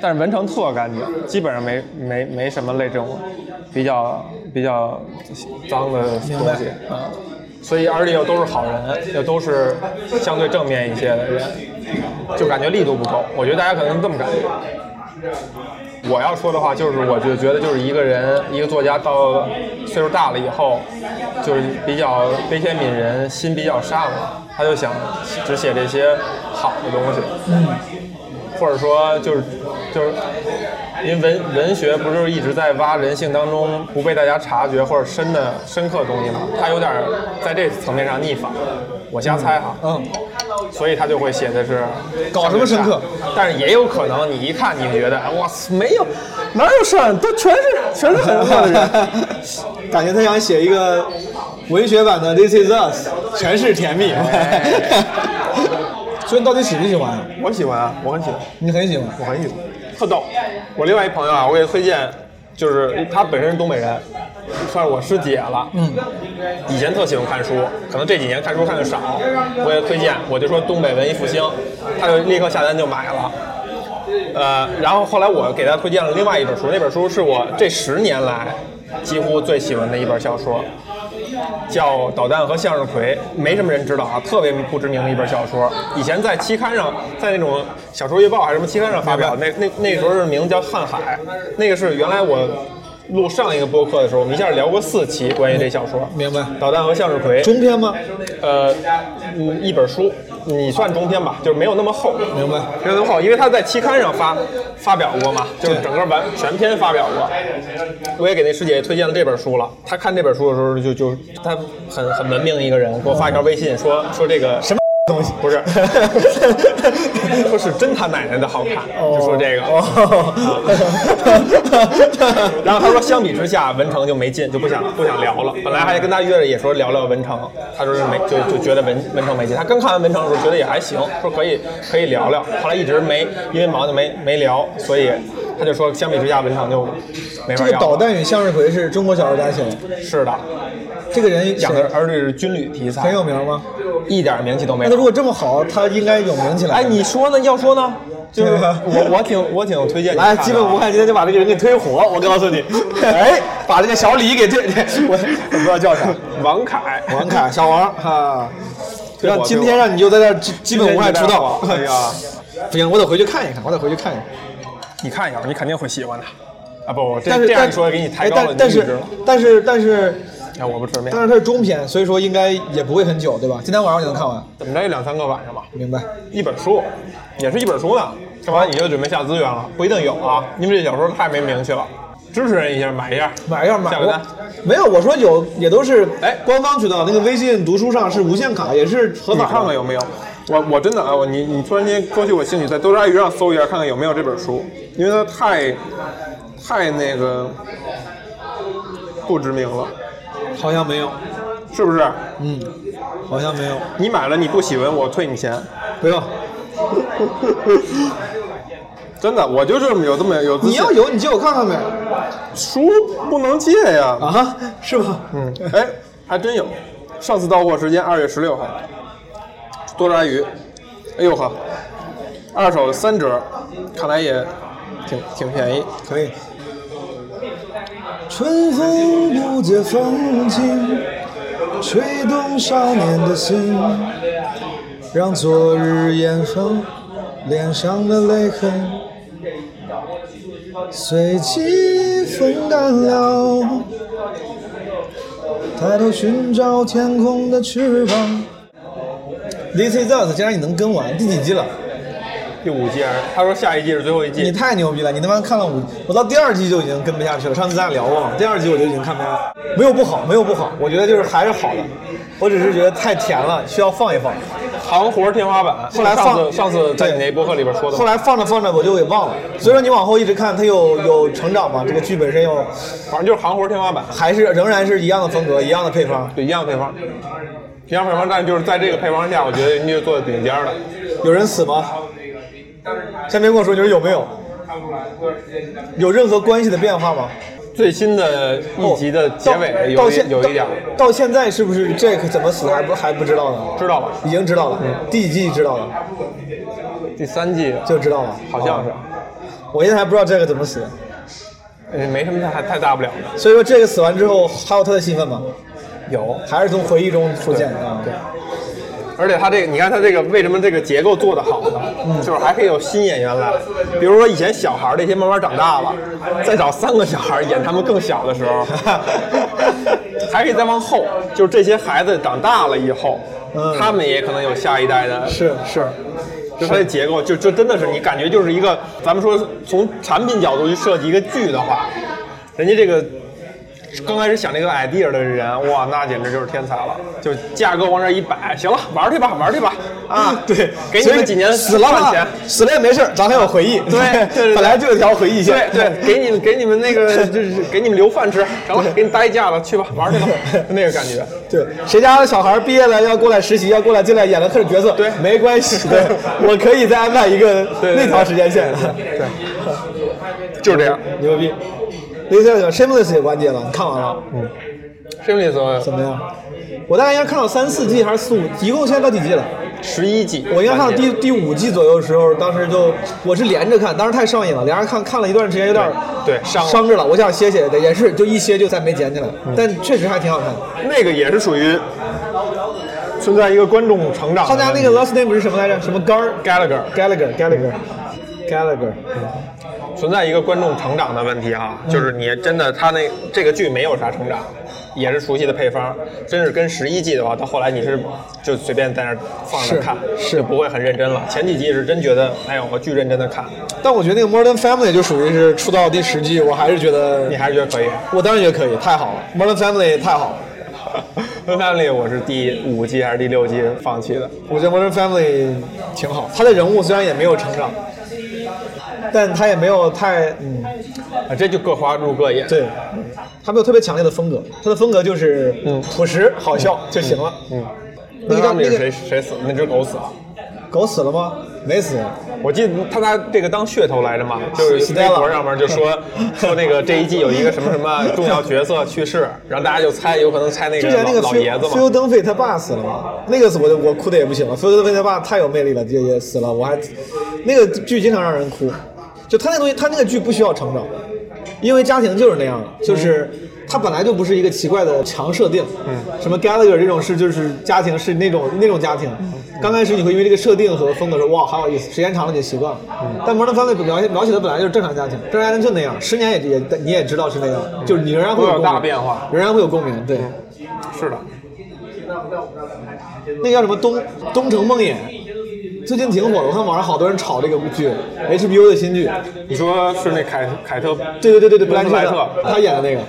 但是文成特干净，基本上没没没什么类政物，比较比较脏的
明白
东西啊。所以而且又都是好人，又都是相对正面一些的人，就感觉力度不够。我觉得大家可能是这么感觉。我要说的话就是，我就觉得就是一个人，一个作家到岁数大了以后，就是比较悲天悯人，心比较善了，他就想只写这些好的东西。或者说就是就是，因为文文学不是一直在挖人性当中不被大家察觉或者深的深刻的东西吗？他有点在这层面上逆反，我瞎猜哈，
嗯，
所以他就会写的是
搞什么深刻，
但是也有可能你一看你觉得哎哇塞没有哪有善，都全是全是很恶的人，
感觉他想写一个文学版的《This Is Us》，全是甜蜜。所以你到底喜不喜欢啊？
哎我喜欢啊，我很喜欢。
你很喜欢，
我很喜欢，特逗。我另外一朋友啊，我给推荐，就是他本身是东北人，算是我师姐了。嗯，以前特喜欢看书，可能这几年看书看的少，我也推荐，我就说东北文艺复兴，他就立刻下单就买了。呃，然后后来我给他推荐了另外一本书，那本书是我这十年来几乎最喜欢的一本小说，叫《导弹和向日葵》，没什么人知道啊，特别不知名的一本小说。以前在期刊上，在那种小说月报还是什么期刊上发表，那那那时候的名字叫《瀚海》，那个是原来我录上一个播客的时候，我们一下聊过四期关于这小说。
明白
导弹和向日葵》
中篇吗？
呃，嗯，一本书，你算中篇吧，就是没有那么厚，
明白
没有那么厚，因为他在期刊上发发表过嘛，就是整个完全篇发表过。我也给那师姐推荐了这本书了，她看这本书的时候就就她很很文明的一个人，给我发一条微信说说这个什么。东西不 是，说是真他奶奶的好看，
哦
就说这个。啊 然后他说，相比之下，文成就没劲，就不想不想聊了。本来还跟他约着也说聊聊文成，他说是没就就觉得文文成没劲。他刚看完文成的时候觉得也还行，说可以可以聊聊。后来一直没因为忙就没没聊，所以他就说，相比之下，文成就没
这
法
个
聊了。
《导弹与向日葵》是中国小说家写的，
是的，
这个人
讲的而且是军旅题材，
很有，名吗？
一点名气都没
那
有
他。如果这么好，他应该有名起来。
哎，你说呢？要说呢？就是我，我挺我挺推荐你
来，
看的啊
基本无害，今天就把这个人给推火。我告诉 你，哎，把这个小李给推，我我不知道叫啥，
王凯，
王凯，小王 哈。
推火
让今天让你就在这儿基基本无害出道，
哎呀，
不行，我得回去看一看，我得回去看一看。
你看一下，你肯定会喜欢的。啊不，我这
但是
这样
但
一说给你抬
哎
高了
但但
你的阈值
是
了。
但是但是
哎，我不吃面
但，是它是中篇，所以说应该也不会很久，对吧？今天晚上我就能看完，
怎么着也两三个晚上吧。
明白？
一本书，也是一本书呢。这完你就准备下资源了，不一定有啊，因为这小说太没名气了。支持人一下，买一下，
买要买
下个
我
单。
没有，我说有也都是
哎
官方渠道，那个微信读书上是无限卡，也是合
你
法的。
看看有没有？我我真的啊，我你你突然间勾起我兴趣，在豆沙鱼上搜一下，看看有没有这本书，因为它太太那个不知名了，
好像没有，
是不是？
嗯，好像没有，
你买了你不喜欢，我退你钱，
不用。
真的，我就这么有这么有自信。
你要有你借我看看呗。
书不能借呀？
啊，是吧？嗯
哎，还真有。上次到货时间二月十六号，多抓鱼。哎呦呵，二手三折，看来也挺挺便宜。
可以。春风不解风情，吹动少年的心，让昨日烟风脸上的泪痕随其风干了。抬头寻找天空的翅膀。This is us，竟然你能跟完第几季了？
第五季还是？他说下一季是最后一
你
季。
太牛逼了！你他妈看了五，我到第二季就已经跟不下去了。上次咱俩聊过嘛，第二季我就已经看不下去了，没有不好，没有不好，我觉得就是还是好的，我只是觉得太甜了，需要放一放。
行活天花板，
后来
上
放
次上次在你那博客里边说的
后
嘛，
来放着放着我就给忘了，所以说你往后一直看，它有有成长嘛，这个剧本身又
反正就是行活天花板，
还是仍然是一样的风格，一样的配方。
就一样配方，一样配方，但就是在这个配方下，我觉得人家就做的顶尖了。
有人死吗？先别跟我说你说有没有，有任何关系的变化吗？
最新的一集的结尾
哦到
有
到
一
现
有一点儿
到，到现在是不是 Jack 怎么死还不还不知道呢？
知道吧？
已经知道了，
嗯
第几季知道了
第三季
就知道了，
好像是
哦。我现在还不知道 Jack 怎么死，
呃没什么太太大不了的。
所以说 Jack 死完之后还有他的戏份吗？
有，
还是从回忆中出现的啊？对，
而且他这个，你看他这个为什么这个结构做得好呢？就是还可以有新演员来，比如说以前小孩儿这些慢慢长大了，再找三个小孩儿演他们更小的时候，还可以再往后，就是这些孩子长大了以后，
嗯
他们也可能有下一代的
是是，
就它的结构，就就真的是你感觉就是一个，咱们说从产品角度去设计一个剧的话，人家这个刚开始想这个 idea 的人，哇，那简直就是天才了，就价格往这一摆，行了，玩儿去吧，玩儿去吧， 啊，
对，
给你
嗯所以
们几年
死了
赚
嘛
钱。
死了也没事儿，咱还有回忆。
对对对对
本来就有条回忆
对
线。
对，给你们给你们那个就是给你们留饭吃，成了，给你搭一架了，去吧，玩儿去吧， 就那个感觉。
对，谁家的小孩毕业了要过来实习，要过来进来演了特角色，
对
没关系，对，我可以再安排一个
对对
那
对
条时间线。
就是这样。
牛逼。雷塞尔 Shameless 也完结了，你看完了？嗯，
什么意思
怎？么样？我大概应该看到三四季还是四五，一共现在到几季了？
十一季，
我应该看到第第五季左右的时候，当时就我是连着看，当时太上瘾了，连着看看了一段时间，有点儿
对对伤了嗯
伤着了。我想歇歇的，也是就一歇就再没捡起来，但确实还挺好看的。
那个也是属于存在一个观众成长的问题。
他家那个 last name 是什么来着？什么 Gar
嗯 Gallagher 嗯
Gallagher Gallagher Gallagher？
存在一个观众成长的问题啊，就是你真的他那这个剧没有啥成长，也是熟悉的配方，真是跟十一季的话，到后来你是就随便在那儿放着看，
是是
就不会很认真了。前几季是真觉得，哎呦，我巨认真的看，
但我觉得那个 Modern Family 就属于是出到第十季，我还是觉得
你，还是觉得可以。
我当然觉得可以，太好了，Modern Family 太好了。
《Family》我是第五季还是第六季放弃的，
我觉得 Modern Family 挺好，他的人物虽然也没有成长，但他也没有太嗯，
啊，这就各花入各眼。
对，他没有特别强烈的风格，他的风格就是
嗯
朴实好笑就行了。嗯，那
那
个叫
里
那
是
个
谁谁死了？那只狗死了。
狗死了吗？没死，
我记得他拿这个当噱头来着 嘛，就是
死掉
微
了
博上面就说 说那个这一季有一个什么什么重要角色去世，然后大家就猜，有可能猜那个
之前那个
老老
菲
爷子
菲欧
嘛。
登费他爸死了吗？那个死我就我哭的也不行了，菲欧登费他爸太有魅力了，也也死了，我还那个剧经常让人哭，就他那东西，他那个剧不需要成长，因为家庭就是那样的，就是。他本来就不是一个奇怪的强设定，嗯，什么 Gallagher 这种事就是家庭是那种那种家庭，
嗯
刚开始你会因为这个设定和风格说哇好有意思，时间长了你就习惯了。
嗯
但 Modern Family 描写描写的本来就是正常家庭，正常家庭就那样，十年也也你也知道是那样，就是你仍然会
嗯会有
共
大
鸣
变化嗯
仍然会有共鸣，对。
是的，
那个叫什么东东城梦魇，最近挺火的，我看网上好多人炒这个剧，HBO 的新剧。
你说是那凯凯特？
对对对对对，布
莱
兰切
特
特，他演的那个，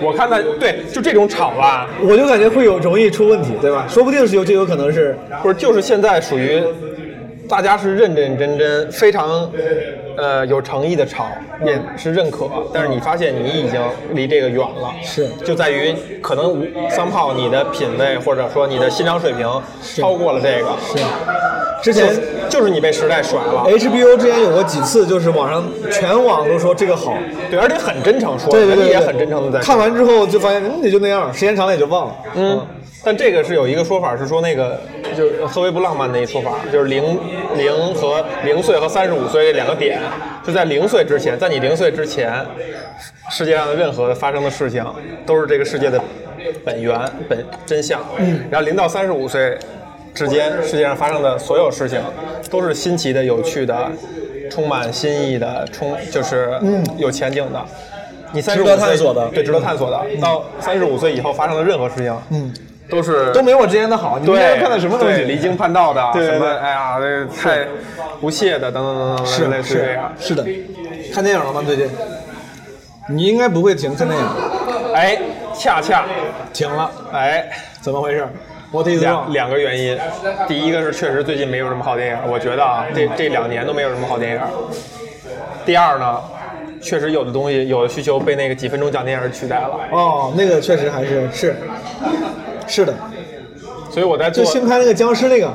我看他对，就这种吵啊吧，
我就感觉会有容易出问题，对吧？说不定是有，就有可能是
不是就是现在属于大家是认认真真，非常呃有诚意的吵，也是认可，但是你发现你已经离这个远了，
是
就在于可能无桑炮你的品味或者说你的欣赏水平超过了这个，是
之前哎
就是你被时代甩了，
HBO 之前有过几次，就是网上全网都说这个好，
对，而且很真诚说，
对对
人
对，
家也
对
很真诚的在说
看完之后就发现，嗯，也就那样，时间长了也就忘了。
嗯，但这个是有一个说法是说那个就是特别不浪漫的一说法，就是零零和零岁和三十五岁这两个点，就在零岁之前，在你零岁之前，世界上的任何发生的事情都是这个世界的本源本真相。然后零到三十五岁之间，世界上发生的所有事情都是新奇的、有趣的、充满新意的、充就是有前景的。你三十五
值得探索的
对，值得探索的。到三十五岁以后发生的任何事情，嗯，都是
都没我之前的好。你们之
对
前看的什么东
对
西？
离经叛道的，
对对
什么
对
哎呀，这太不屑的，等等等等，
是
类似这
是
样。
是的。看电影了吗？最近？你应该不会停看电影，
哎，恰恰
停了，
哎，
怎么回事？What is
两
wrong？
两个原因，第一个是确实最近没有什么好电影，我觉得啊，这这两年都没有什么好电影。第二呢，确实有的东西有的需求被那个几分钟讲电影取代了，
哦，那个确实还是是是的，
所以我在做
就新拍那个僵尸那个，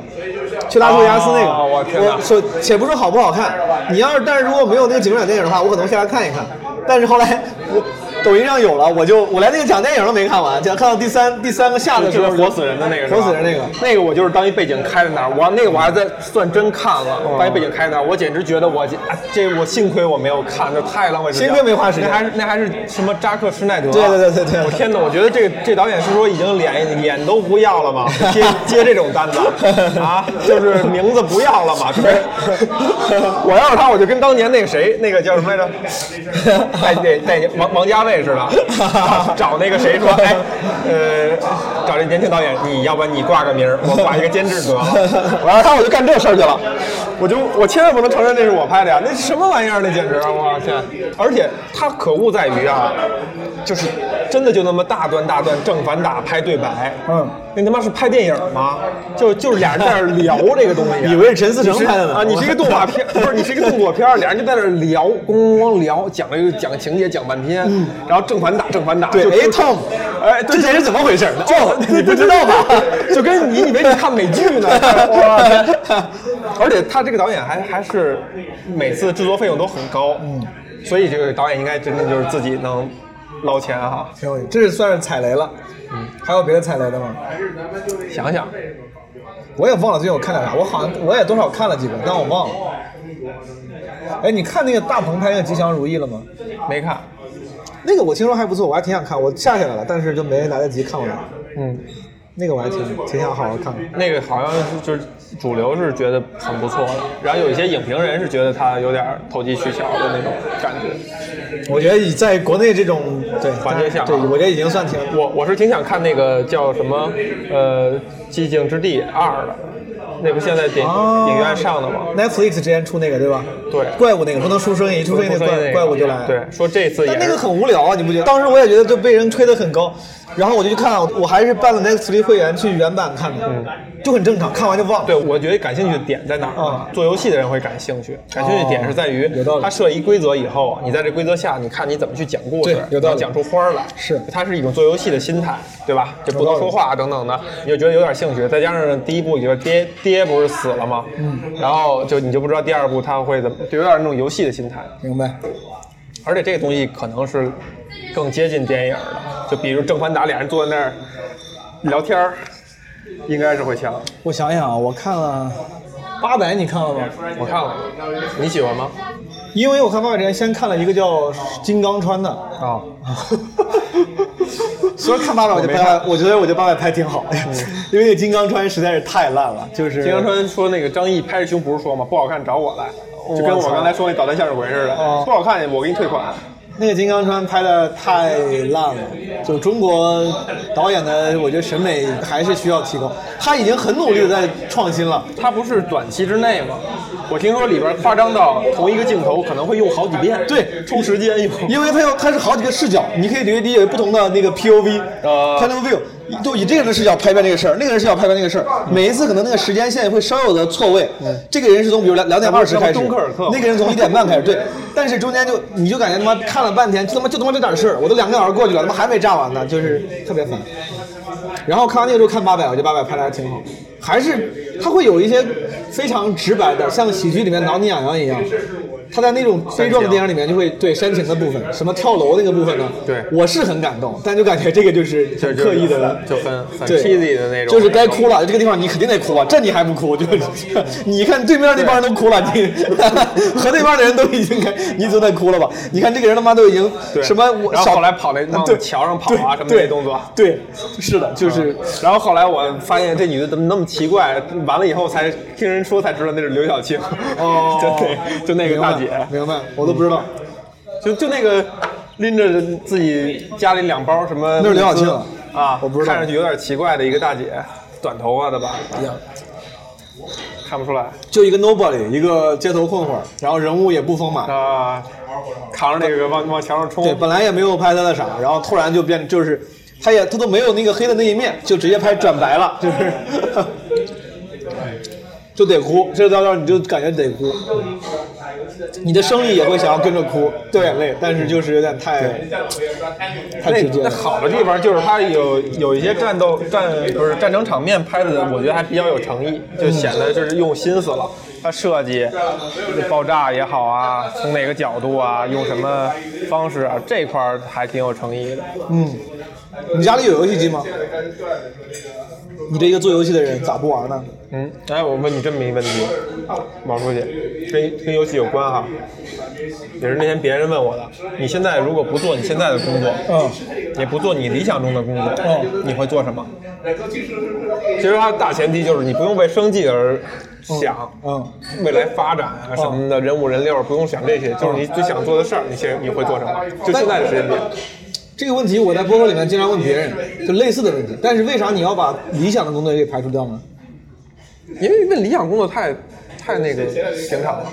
去拉斯维加斯那个，
哦我天哪
我说且不说好不好看，你要是但是如果没有那个警长电影的话，我可能会下来看一看。但是后来我抖音上有了，我就我连那个讲电影都没看完，讲看到第三第三个下的
就
时候
是活死人的那个，
活死人那个。
那个我就是当一背景开在那儿，我那个我还在算真看了，
哦
我当一背景开在那儿，我简直觉得我啊这我幸亏我没有看，这太浪费时间了，
幸亏没花时间
那还是那还是什么扎克施耐德啊，
对对对对对
我天哪，我觉得这这导演是说已经脸脸都不要 了吗？接接这种单子啊，就是名字不要了嘛，是不是？我要是他，我就跟当年那个谁，那个叫什么来着？哎，那那王王家卫似的，找找那个谁说，哎，呃，找这年轻导演，你要不然你挂个名儿，我挂一个监制得了。 我要是他，我就干这事儿去了。我就我千万不能承认那是我拍的呀，那什么玩意儿？那简直，我天！而且他可恶在于啊，就是真的就那么大段大段正反打拍对白，嗯，那他妈是拍电影吗？就就是俩人在那儿聊这个东西，啊
以为是陈思诚
你是
拍的呢
啊？你 是一个动画片，不是你是一个动作片，俩人就在那儿聊，咣咣咣聊，讲了一个讲情节讲半天，然后正反打正反打，
嗯对，
就
哎 Tom，
哎，对
之前是怎么回事？哦，你不知道吧？
就跟你以为你看美剧 呢，哇！而且他这个导演还还是每次制作费用都很高，嗯，所以这个导演应该真的就是自己能捞钱哈。
挺有意思，这是算是踩雷了。嗯，还有别的踩雷的吗？
想想，
我也忘了最近我看点啥，我好像我也多少看了几个，但我忘了。哎，你看那个大鹏拍那个《吉祥如意》了吗？
没看，
那个我听说还不错，我还挺想看，我下下来了，但是就没来得及看完。
嗯，
那个我还挺挺想好好看看。
那个好像是就是主流是觉得很不错的，然后有一些影评人是觉得他有点投机取巧的那种感觉。
我觉得以在国内这种对
环境下
对我觉得已经算挺
我我是挺想看那个叫什么呃《寂静之地二》的，那不现在电
哦
影院上的吗？
Netflix 之前出那个对吧？
对
怪物那个不能出声音，一出声音那
说那
怪
个
怪物就来。
对，说这次也
但
是
那个很无聊啊，你不觉得？当时我也觉得就被人吹得很高，然后我就去看了，我还是办了 Netflix 会员去原版看的，就很正常，看完就忘了。
对，我觉得感兴趣的点在哪儿呢？
嗯
做游戏的人会感兴趣，感兴趣的点是在于
哦有道理
他设一规则以后，你在这规则下，你看你怎么去讲故事
对，有道理
能讲出花儿来。
是
它是一种做游戏的心态，对吧？就不
有道
能
理
说话啊等等的，你就觉得有点兴趣。再加上第一部，你就爹爹不是死了吗？嗯，然后就你就不知道第二部他会怎么，就有点那种游戏的心态。
明白。
而且这个东西可能是更接近电影的，就比如正反打俩人坐在那儿聊天儿，应该是会强。
我想想啊，我看了八百，你看了吗？
我看了，你喜欢吗？
因为我看八百之前先看了一个叫金刚川的，
啊、
所以看八百我就
我没
八百，我觉得我觉得八百拍挺好的， 因为那个金刚川实在是太烂了，就是
金刚川说那个张译拍着胸脯说嘛，不好看找我来，就跟
我
我
操
刚才说那导弹向日葵似的，
哦
不好看我给你退款。
那个金刚川拍的太烂了，就中国导演的，我觉得审美还是需要提高。他已经很努力的在创新了，
他不是短期之内吗？我听说里边夸张到同一个镜头可能会用好几遍，
对
充时间用。
因为他有他是好几个视角，你可以理解为不同的那个 POV，
呃
panel view，就以这个人的视角拍一遍这个事儿，那个人视角拍一遍那个事儿，每一次可能那个时间线会稍有的错位。这个人嗯是从比如两两点二十开始
咱们中科尔克，
那个人从一点半开始， 对。但是中间就你就感觉他妈看了半天，就他妈就他妈这点事儿，我都两个小时过去了，他妈还没炸完呢，就是特别烦。然后看完那个之后看八百，我觉得八百拍的还挺好，还是他会有一些非常直白的，像喜剧里面挠你痒痒一样。他在那种悲壮的电影里面就会对煽情的部分，什么跳楼那个部分呢？
对
我是很感动，但就感觉这个就是
就
很刻意的，
就很很
对
cheesy 的那种，
就是该哭了，这个地方你肯定得哭啊，这你还不哭，就是 你看对面那帮人都哭了，你 和那边的人都已经该，你总得哭了吧？你看这个人他妈都已经
对
什么我
然后
少
后来跑那往
对
桥上跑啊
对
什么那动作，
对，对是的，就是
然后后来我发现这女的怎么那么奇怪，完了以后才听人说才知道那是刘晓庆，
哦
就那就那个大姐，
明白，明白，我都不知道，
就就那个拎着自己家里两包什么，
那是刘晓庆，
啊，
我不知道
看上去有点奇怪的一个大姐，短头发的吧，
呀
看不出来
就一个 nobody，一个街头混混，然后人物也不丰满，
啊，扛着那个往往墙上冲，
对，本来也没有拍他的啥，然后突然就变就是，他也他都没有那个黑的那一面，就直接拍转白了，就是， 就得哭，这到时候你就感觉得哭，你的生理也会想要跟着哭，掉眼泪，但是就是有点太太
那
直接
那
了。
好的地方就是它有有一些战斗战不是战争场面拍的，我觉得还比较有诚意，就显得就是用心思了。它设计爆炸也好啊，从哪个角度啊，用什么方式啊，这块儿还挺有诚意的。
嗯，你家里有游戏机吗？你这一个做游戏的人咋不玩呢？
嗯，哎，我问你这么一个问题，毛书记，跟跟游戏有关哈，也是那天别人问我的。你现在如果不做你现在的工作，
嗯，
也不做你理想中的工作，嗯，你会做什么？其实它的大前提就是你不用为生计而想，
嗯，
未来发展啊什么的，人五人六不用想这些，就是你最想做的事儿，你现你会做什么？就现在的时间点，
这个问题我在播客里面经常问别人，就类似的问题。但是为啥你要把理想的工作也给排除掉呢？
因为问理想工作太太那个平常了。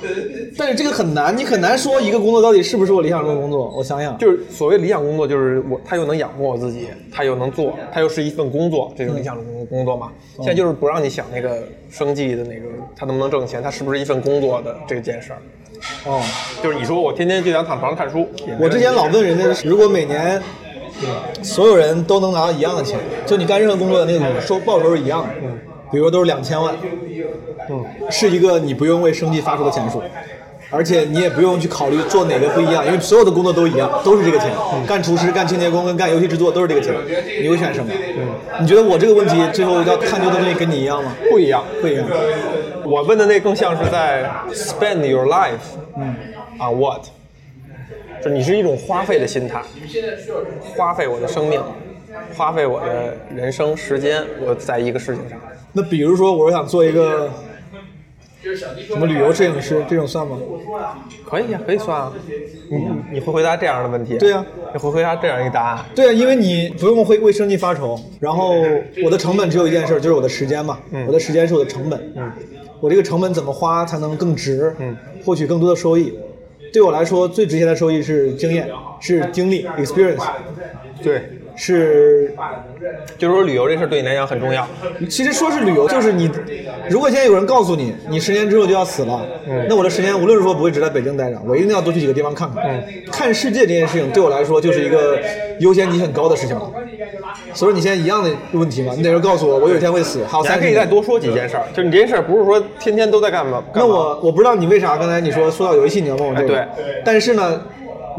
但是这个很难，你很难说一个工作到底是不是我理想中的工作。我想想，
就是所谓理想工作，就是我他又能养活我自己，他又能做，他又是一份工作，这就是理想中的工作嘛。现在就是不让你想那个生计的那个，他能不能挣钱，他是不是一份工作的这件事儿。
哦，
就是你说我天天就想躺床上看书，也没
我之前老问人家，如果每年所有人都能拿到一样的钱，就你干任何工作的那个收报酬是一样的，比如说都是两千万，嗯，是一个你不用为生计发愁的钱数。而且你也不用去考虑做哪个不一样，因为所有的工作都一样，都是这个钱。干厨师、干清洁工跟干游戏制作都是这个钱，你会选什么？你觉得我这个问题最后要探究的东西跟你一样吗？
不一样。
不一样。
我问的那更像是在 spend your life on what，就你是一种花费的心态，花费我的生命，花费我的人生时间，我在一个事情上。
那比如说，我想做一个什么旅游摄影师，这种算吗？
可以啊，可以算啊。你你会回答这样的问题？
对啊
你会回答这样一个答案。
对啊，因为你不用为为生计发愁，然后我的成本只有一件事，就是我的时间嘛。我的时间是我的成本。嗯，我这个成本怎么花才能更值？嗯，获取更多的收益。对我来说，最值钱的收益是经验，是经历 （experience），
对，
是
就是说旅游这事儿对你来讲很重要。
其实说是旅游，就是你，如果现在有人告诉你，你十年之后就要死了，那我的十年无论如何不会只在北京待着，我一定要多去几个地方看看。看世界这件事情对我来说就是一个优先级很高的事情了。所以你现在一样的问题嘛，你得是告诉我，我有一天会死，还有
你还
三
可
十
以再
年。
多说几件事儿，就是你这件事儿不是说天天都在干嘛？
那
干嘛
我我不知道你为啥刚才你说说到游戏，你要问我这个，
哎
但是呢，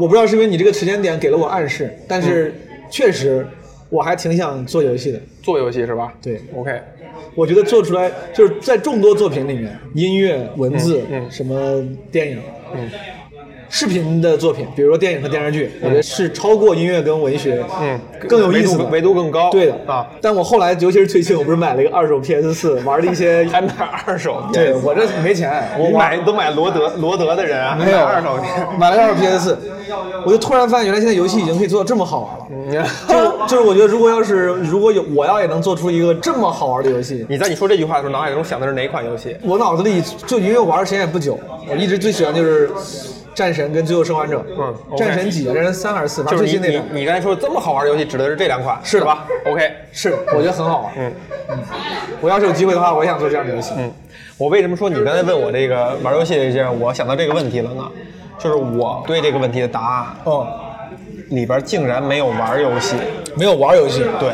我不知道是因为你这个时间点给了我暗示，但
嗯
是确实我还挺想做游戏的。
做游戏是吧？
对
，OK，
我觉得做出来就是在众多作品里面，音乐、文字、
嗯
什么电影、视频的作品，比如说电影和电视剧，我觉得是超过音乐跟文学，
嗯
更有意思的
维度维度更高
对的
啊。
但我后来，尤其是最近，我不是买了一个二手 PS 四，玩了 一些。
还买二手店。
对我这没钱，
你
我
买都买罗德罗德的人啊，
没有
买二手店。
买了个二手 PS 四，我就突然发现，原来现在游戏已经可以做到这么好玩了。
嗯
就是就是，我觉得如果要是如果有我要也能做出一个这么好玩的游戏，
你在你说这句话的时候，脑海中想的是哪款游戏？
我脑子里就因为玩的时间也不久，我一直最喜欢就是战神跟最后生还者。
嗯，OK
战神几？啊战神三还是四？反
就
正
是
最
你
新那
你
个。
你刚才说这么好玩的游戏，指的是这两款，
是的
吧？OK，
是，我觉得很好玩。
嗯
我要是有机会的话，我也想做这样的游戏。
嗯，我为什么说你刚才问我这个玩游戏这件，我想到这个问题了呢？就是我对这个问题的答案
哦，
里边竟然没有玩游戏。
没有玩游戏。
对，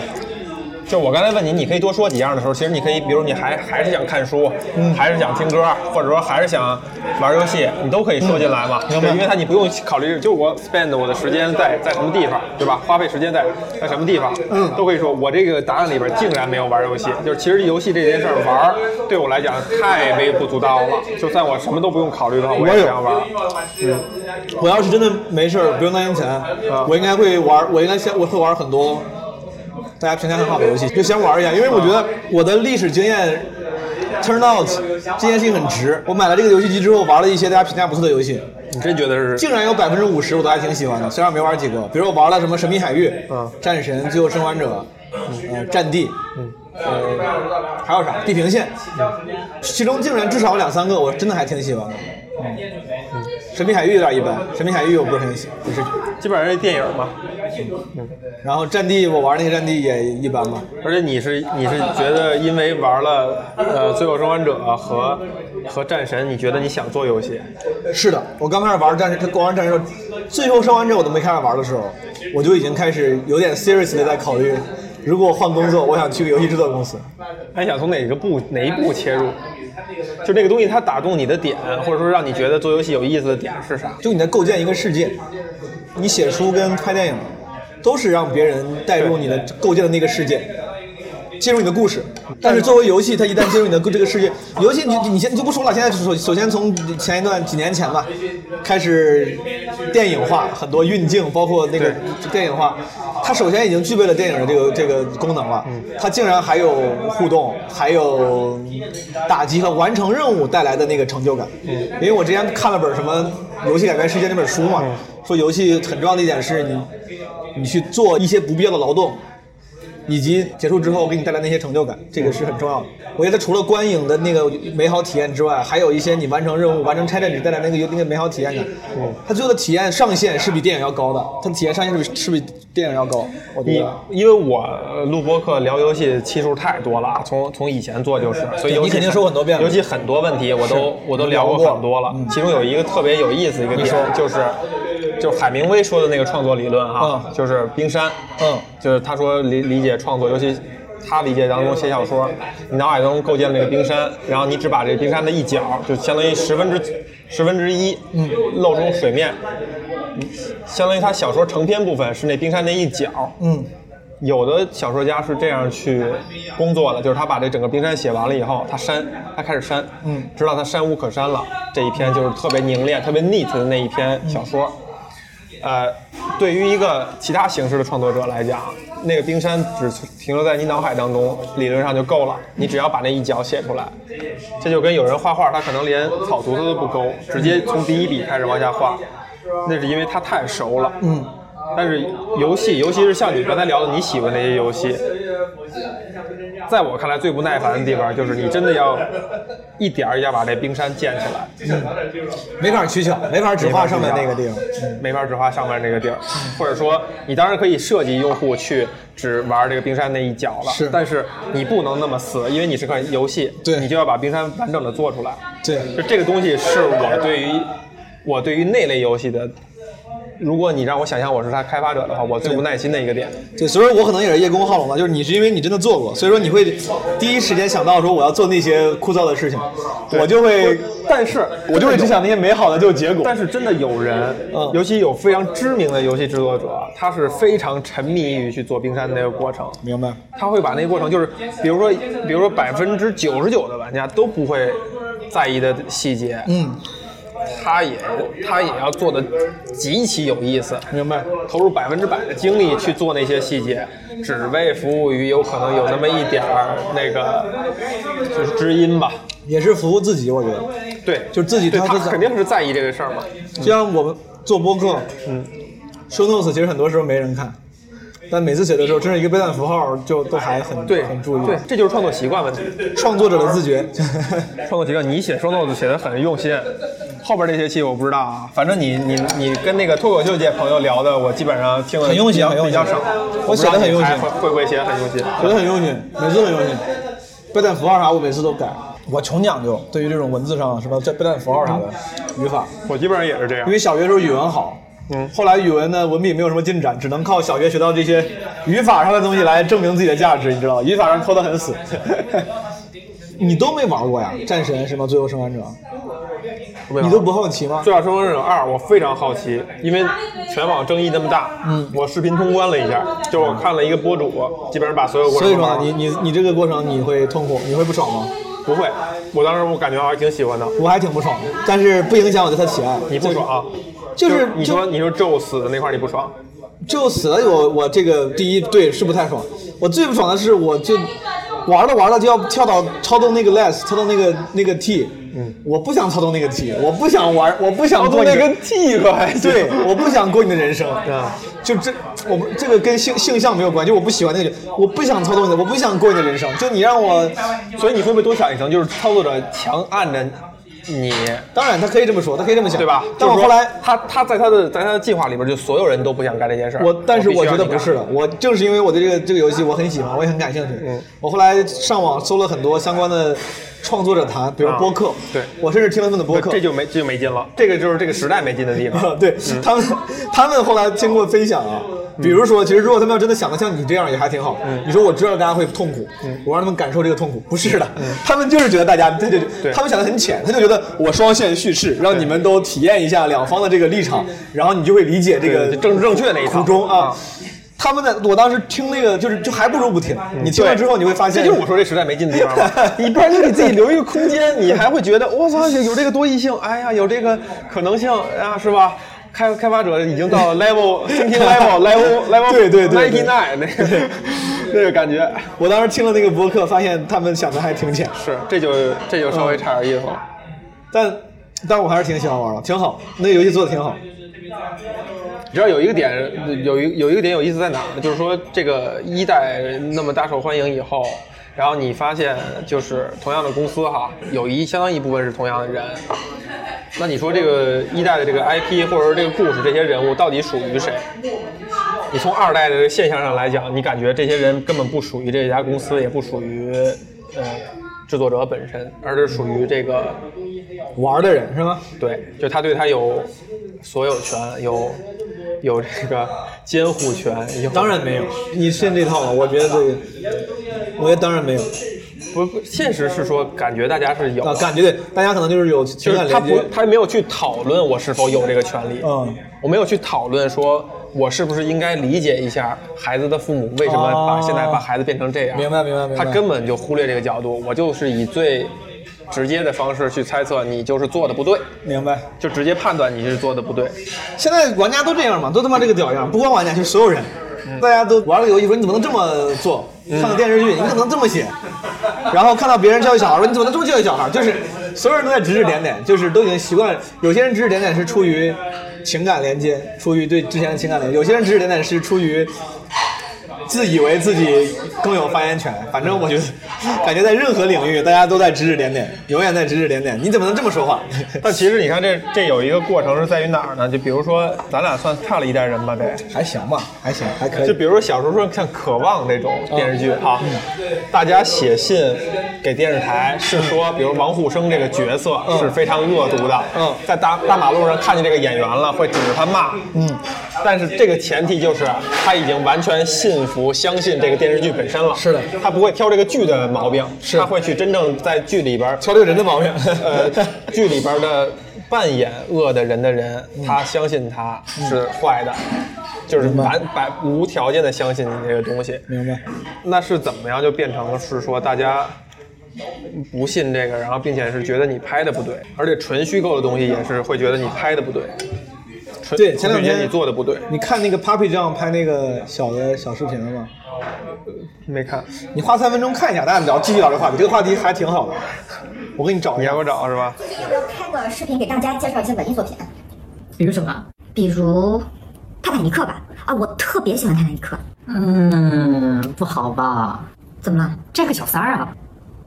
就我刚才问你，你可以多说几样的时候，其实你可以，比如你还还是想看书，
嗯
还是想听歌，或者说还是想玩游戏，你都可以说进来嘛。
明白
对因为它你不用考虑，就是我 spend 我的时间在在什么地方，对吧？花费时间在在什么地方，嗯，都可以说。我这个答案里边竟然没有玩游戏，就是其实游戏这件事儿玩儿对我来讲太微不足道了。就算我什么都不用考虑的话，我也
我有
这样玩儿。
我要是真的没事儿，不用担心钱，我应该会玩，我应该先我会玩很多大家评价很好的游戏，就先玩一下，因为我觉得我的历史经验 turn out 这件事情很值。我买了这个游戏机之后，玩了一些大家评价不错的游戏，
你真觉得是
竟然有百分之五十我都还挺喜欢的，虽然没玩几个，比如我玩了什么《神秘海域》、
嗯
战神、最后生还者、呃，战地，嗯，呃，还有啥？地平线，嗯其中竟然至少有两三个，我真的还挺喜欢的。嗯，神秘海域有点一般，神秘海域我不是很喜，不是。
基本上是电影嘛。
然后战地我玩那个战地也一般吧，
而且你是你是觉得因为玩了呃《最后生还者和》和战神，你觉得你想做游戏？
是的，我刚开始玩战士，光玩战士，最后生完之后我都没开始玩的时候，我就已经开始有点 serious 的在考虑，如果换工作，我想去个游戏制作公司。
还想从哪个步哪一步切入？就那个东西它打动你的点，或者说让你觉得做游戏有意思的点是啥？
就你在构建一个世界，你写书跟拍电影，都是让别人带入你的构建的那个世界，进入你的故事。但是作为游戏，它一旦进入你的这个世界，游戏你你先你就不说了，现在首首先从前一段几年前吧，开始电影化很多运镜，包括那个电影化，它首先已经具备了电影的这个这个功能了，它竟然还有互动，还有打击和完成任务带来的那个成就感。因为我之前看了本什么《游戏改变世界》那本书嘛，说游戏很重要的一点是你你去做一些不必要的劳动。以及结束之后给你带来那些成就
嗯
感，这个是很重要的。我觉得除了观影的那个美好体验之外，还有一些你完成任务、完成拆弹时带来那个那个美好体验感。
嗯
它最后的体验上限是比电影要高的，它的体验上限是比是比电影要高。
嗯
我觉
你
得
因为我呃录播课聊游戏期数太多了啊，从从以前做就是，所以
对
游戏
你肯定说很多遍了
游戏很多问题我都我都聊
聊过嗯
过很多了。其中有一个特别有意思的一个点，就是就是海明威说的那个创作理论哈，
嗯
就是冰山，
嗯，
就是他说理理解创作，尤其他理解当中写小说，你脑海中构建了这个冰山，然后你只把这个冰山的一角，就相当于十分之十分之一，嗯，露出水面，相当于他小说成篇部分是那冰山那一角，
嗯，
有的小说家是这样去工作的，就是他把这整个冰山写完了以后，他删，他开始删，
嗯
直到他删无可删了，这一篇就是特别凝练、特别 neat 的那一篇小说。呃，对于一个其他形式的创作者来讲，那个冰山只停留在你脑海当中，理论上就够了。你只要把那一角写出来，这就跟有人画画，他可能连草图他都不勾，直接从第一笔开始往下画，那是因为他太熟了。嗯。但是游戏，尤其是像你刚才聊的你喜欢那些游戏，在我看来最不耐烦的地方就是你真的要一点儿一点儿把这冰山建起来。
没法取巧，没法只画上面那个地方。
没法只画上面那个地儿，或者说你当然可以设计用户去只玩这个冰山那一角了，
是
但是你不能那么死，因为你是个游戏，
对
你就要把冰山完整的做出来。
对，
就这个东西是我对于我对于那类游戏的，如果你让我想象我是它开发者的话，我最无耐心的一个点。
对，所以说我可能也是叶公好龙吧，就是你是因为你真的做过，所以说你会第一时间想到说我要做那些枯燥的事情，我就会，
但是
我就会只想那些美好的就结果。
但是真的有人，
嗯
尤其有非常知名的游戏制作者，他是非常沉迷于去做冰山的那个过程。
明白，
他会把那个过程，就是比如说，比如说百分之九十九的玩家都不会在意的细节，
嗯，
他也他也要做的极其有意思，
明白。
投入百分之百的精力去做那些细节，只为服务于有可能有那么一点儿那个就是知音吧。
也是服务自己，我觉得。
对，
就是自己
对
他
他
自己
肯定是在意这个事儿嘛。
就像我们做播客，嗯，show notes 其实很多时候没人看，但每次写的时候，真是一个标点符号就都还很
对，
很注意，
对，这就是创作习惯问题。
创作者的自觉。
创作习惯，你写双 notes 写的很用心，后边那些戏我不知道啊。反正你你你跟那个脱口秀界朋友聊的，我基本上听的
很用心
比较
很用心
比较少。
我写得很用心
不知道你还会会不会写的很用心？
觉得很用心，每次都很用心。标点符号啥，我每次都改。我穷讲究，对于这种文字上什么这标点符号啥的语法，
我基本上也是这样
因。为小学时候语文好，嗯，后来语文呢文笔没有什么进展，只能靠小学学到这些语法上的东西来证明自己的价值，你知道吧？语法上抠得很死。 你都没玩过呀？战神什么最后生还者，你都不好奇吗
《最？后生还者二》，我非常好奇，因为全网争议那么大，嗯，我视频通关了一下，就我看了一个博主，基本上把所有过
所
程
以
都
说
玩
呢
了。，
你你你这个过程你会痛苦，你会不爽吗？
不会，我当时我感觉我还挺喜欢的。
我还挺不爽的，但是不影响我对他喜爱。
你不爽、啊？
就是
是你
就
说你说宙死的那块儿你不爽，
就死了我我这个第一对是不太爽，我最不爽的是我就玩了玩了就要跳到跳动那个 less 跳到那个那个 t，嗯，我不想操纵那个 T，我不想玩，我不想
操
做
纵那
你的哎
个 T 可还行
对，我不想过你的人生啊！就这，我不这个跟性性向没有关系，就我不喜欢那个，我不想操纵你的，我不想过你的人生。就你让我，
所以你会不会多想一层，就是操作者强按着你，
当然他可以这么说，他可以这么想，
对吧？就
但我
是说
后来，
他他在他的在他的计划里边，就所有人都不想干这件事儿。
我但是
必须
我
让
觉得
你
不
干
是的，我正是因为我对这个这个游戏我很喜欢，我也很感兴趣。我后来上网搜了很多相关的创作者谈，比如
啊
播客，
对
我甚至听了他们的播客，
这就没嗯这就没劲了，这个就是这个时代没劲的地方。
对他们，他们后来经过分享啊，
嗯
比如说，其实如果他们要真的想的像你这样，也还挺好。你说我知道大家会痛苦，
嗯
我让他们感受这个痛苦，不是的，他们就是觉得大家，他就他们想的很浅，他就觉得我双线叙事，让你们都体验一下两方的这个立场，然后你就会理 解这个
对政治正确那一套
苦衷啊。他们的，我当时听那个，就是就还不如不听。你听了之后，你会发
嗯
现，
这就是我说这时代没劲的地方 嘛。你不然你给自己留一个空间，你还会觉得我操有这个多异性，哎呀有这个可能性啊，是吧？开开发者已经到了 level thinking level level level
对对对对
ninety nine 那个 那个感觉
我当时听了那个播客，发现他们想的还挺浅。
是这就这就稍微差点意思了。
但但我还是挺喜欢玩的，挺好，那个游戏做的挺好。
你知道有一个点，有一有一个点有意思在哪儿呢？就是说这个一代那么大受欢迎以后，然后你发现就是同样的公司哈，有一相当一部分是同样的人。那你说这个一代的这个 IP 或者是这个故事，这些人物到底属于谁？你从二代的现象上来讲，你感觉这些人根本不属于这家公司，也不属于呃制作者本身，而是属于这个
玩的人是吗？
对，就他对他有所有权，有有这个监护权。有
当然没有，你信这套吗？我觉得这个，我觉得当然没有。
不不，现实是说，感觉大家是有，
啊，感觉对，大家可能就是有
就
情
是
感
他
连
不
接，。
他没有去讨论我是否有这个权利。
嗯，
我没有去讨论说我是不是应该理解一下孩子的父母为什么把
哦
现在把孩子变成这样。
明白明白明白
他根本就忽略这个角度，我就是以最直接的方式去猜测你就是做的不对，
明白。
就直接判断你是做的不对。
现在玩家都这样嘛，都他妈这个屌样，不光玩家，就是所有人，大家都玩了个游戏说你怎么能这么做？看个电视剧你可能这么写，然后看到别人教育小孩说你怎么能这么教育小孩？就是所有人都在指指点点，就是都已经习惯了。有些人指指点点是出于情感连接，出于对之前的情感连接；有些人指指点点是出于。自以为自己更有发言权，反正我觉得，感觉在任何领域，大家都在指指点点，永远在指指点点。你怎么能这么说话？
但其实你看这，这有一个过程是在于哪儿呢？就比如说，咱俩算差了一代人吧，得。
还行吧，还行，还可以。
就比如说小时候说像《渴望》这种
嗯
电视剧啊，大家写信给电视台是说，比如王沪生这个角色是非常恶毒的，
嗯
在大大马路上看见这个演员了，会指着他骂，嗯，但是这个前提就是他已经完全信服、相信这个电视剧本身了，
是的
他不会挑这个剧的毛病，他会去真正在剧里边
挑这个人的毛病。
呃，剧里边的扮演恶的人的人，
嗯
他相信他是坏的，就是完百无条件的相信你这个东西。
明白。
那是怎么样就变成是说大家不信这个，然后并且是觉得你拍的不对，而且纯虚构的东西也是会觉得你拍的不对，纯
对前两天
纯觉得你做的不对，
你看那个 Papi 酱拍那个小的小视频了吗？
没看，
你花三分钟看一下，大家聊继续聊这个话题，这个话题还挺好的。我给你找一
你还
下
给，我找是吧？
要不要开个视频给大家介绍一些文艺作品啊？
比如什么？
比如《泰坦尼克》吧。啊，我特别喜欢《泰坦尼克》。
嗯，不好吧？
怎么了？
这个小三儿啊，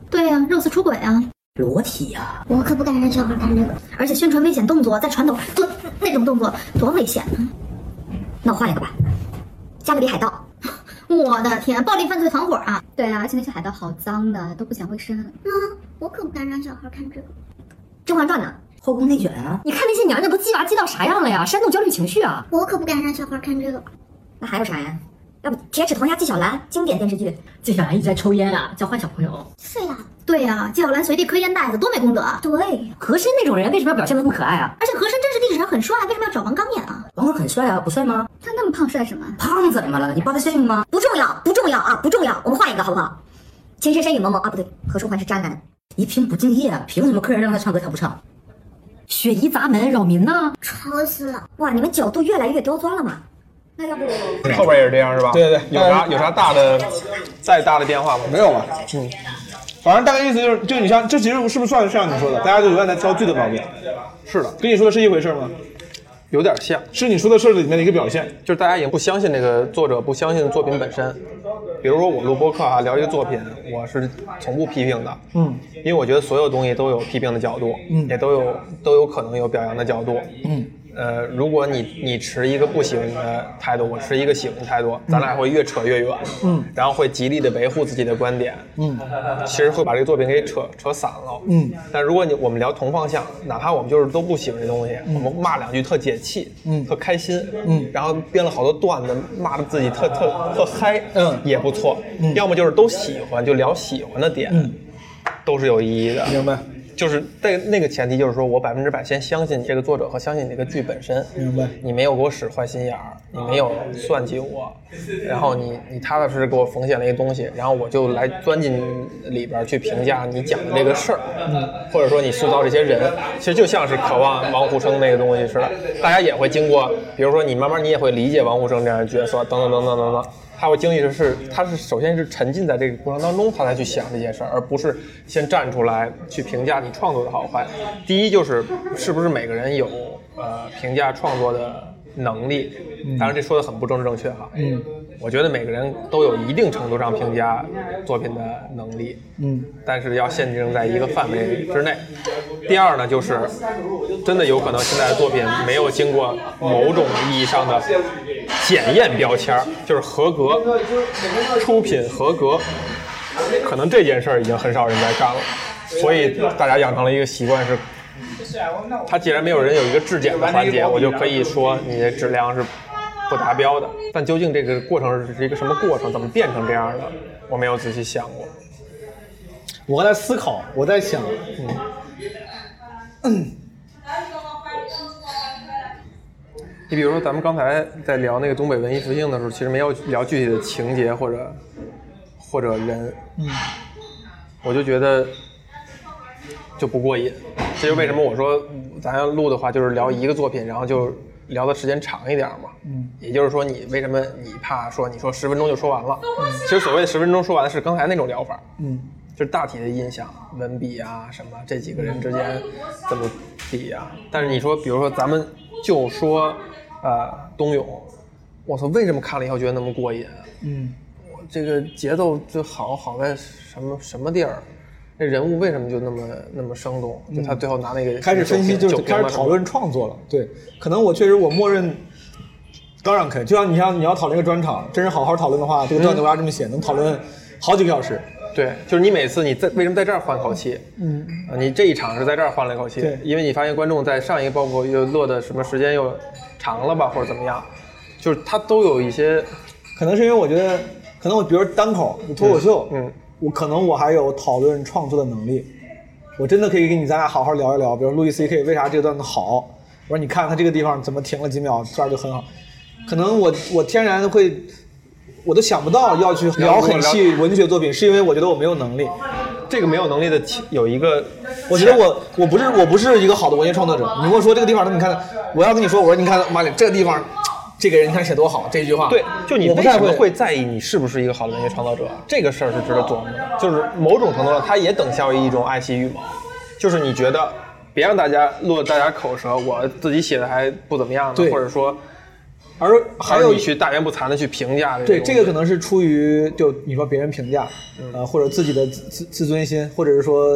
对呀、肉丝出轨啊！
裸体呀、
我可不敢让小孩看这个，
而且宣传危险动作，在传统做那种动作多危险啊！
那我换一个吧，《加勒比海盗》。
我的天，暴力犯罪团伙啊！
对啊，而且那些海盗好脏的，都不想卫生。
嗯，我可不敢让小孩看这个。
《甄嬛传》呢？
后宫内卷啊！你看那些娘娘都鸡娃鸡到啥样了呀？煽动焦虑情绪啊！
我可不敢让小孩看这个。
那还有啥呀？要不《铁齿铜牙纪晓岚》经典电视剧，
纪晓岚一直在抽烟啊，教坏小朋友。
是呀、对呀、纪晓岚随地磕烟袋子，多没功德啊！对，而
和珅那种人为什么要表现得那么可爱啊？
且和珅真是历史上很帅，为什么要找王刚演啊？
王刚很帅啊，不帅
呃
吗？
他那么胖，帅什么？
胖怎么了？你抱他幸运吗？
不重要，不重要啊，不重要。我们换一个好不好？《情深深雨蒙蒙》啊，不对，何书桓是渣男。
一贫不敬业，啊凭什么客人让他唱歌他不唱？雪姨砸门扰民呢、
愁死了！
哇，你们角度越来越刁钻了嘛？那要不
后边也是这样是吧？
对对对
有啥有啥大的再大的变化吗？
没有吧？
反正大概意思就是，就你像这其实是不是算是像你说的，大家就永远在挑剧的毛病。是的，跟你说的是一回事吗？
有点像，
是你说的事儿里面的一个表现。
就是大家也不相信这个作者，不相信作品本身。
比如说我录播客啊，聊一个作品，我是从不批评的，
嗯
因为我觉得所有东西都有批评的角度，
嗯
也都有都有可能有表扬的角度。
嗯，
呃，如果你你持一个不喜欢的态度，我持一个喜欢的态度，咱俩会越扯越远，
嗯，
然后会极力的维护自己的观点，
嗯，
其实会把这个作品给扯扯散了，
嗯。
但如果你我们聊同方向，哪怕我们就是都不喜欢这东西，我们骂两句特解气，
嗯
特开心，
嗯
然后编了好多段子，骂的自己特特特嗨，
嗯
也不错，
嗯
要么就是都喜欢，就聊喜欢的点，
嗯
都是有意义的，
明白，
就是在那个前提，就是说我百分之百先相信这个作者和相信这个剧本身。
明白
你没有给我使坏心眼儿，你没有算计我，然后你你踏踏实实给我缝线了一个东西，然后我就来钻进里边儿去评价你讲的这个事儿，
嗯
或者说你塑造这些人，其实就像是渴望王沪生那个东西似的，大家也会经过，比如说你慢慢你也会理解王沪生这样的角色，等等等等等等。他会经历的是，他是首先是沉浸在这个过程当中，他才去想这件事儿，而不是先站出来去评价你创作的好坏。第一就是是不是每个人有呃评价创作的能力，当然这说的很不政治正确哈。嗯，我觉得每个人都有一定程度上评价作品的能力。
嗯，
但是要限定在一个范围之内。第二呢，就是真的有可能现在的作品没有经过某种意义上的检验标签儿，就是合格，出品合格，可能这件事儿已经很少人在干了，所以大家养成了一个习惯是。它既然没有人有一个质检的环节，我就可以说你的质量是不达标的。但究竟这个过程是一个什么过程，怎么变成这样的，我没有仔细想过。
我在思考，我在想，嗯，
你比如说，咱们刚才在聊那个东北文艺复兴的时候，其实没有聊具体的情节或者或者人，嗯，我就觉得就不过瘾。这就为什么我说咱要录的话，就是聊一个作品，然后就聊的时间长一点嘛。嗯，也就是说，你为什么你怕说你说十分钟就说完了？嗯其实所谓的十分钟说完是刚才那种聊法。
嗯，
就是大体的印象，文笔啊什么，这几个人之间怎么比啊？但是你说，比如说咱们就说，呃，冬泳，我操，为什么看了以后觉得那么过瘾啊？
嗯，
我这个节奏就好好在什么什么地儿？那人物为什么就那么那么生动？就他最后拿那个
开始分析，就是开始讨论创作了。对，可能我确实我默认，当然可以。就像你像你要讨论一个专场，真是好好讨论的话，这个段子我要这么写，能讨论好几个小时。
对，就是你每次你在为什么在这儿换口气？嗯，你这一场是在这儿换了一口气
对，
因为你发现观众在上一个包袱又落的什么时间又长了吧，或者怎么样，就是他都有一些
可能是因为我觉得，可能我比如单口脱口秀，
嗯嗯
我可能我还有讨论创作的能力，我真的可以跟你咱俩好好聊一聊，比如路易 C K 为啥这个段子好，我说你看他这个地方怎么停了几秒，这儿就很好，可能我我天然会。我都想不到要去聊很细文学作品，是因为我觉得我没有能力。
这个没有能力的其有一个，
我觉得我我不是我不是一个好的文学创作者。你跟我说这个地方，你看，我要跟你说，我说你看，妈的，这个地方，这个人你看写多好，这句话。
对，就你
我不
为
太
什么会在意你是不是一个好的文学创造者，啊这个事儿是值得琢磨的。就是某种程度上，它也等效于一种爱惜羽毛，就是你觉得别让大家落大家口舌，我自己写的还不怎么样
对
呢，或者说
而还有
而你去大言不惭的去评价这
对，
这
这个可能是出于就你说别人评价，
嗯
呃，或者自己的自自自尊心，或者是说，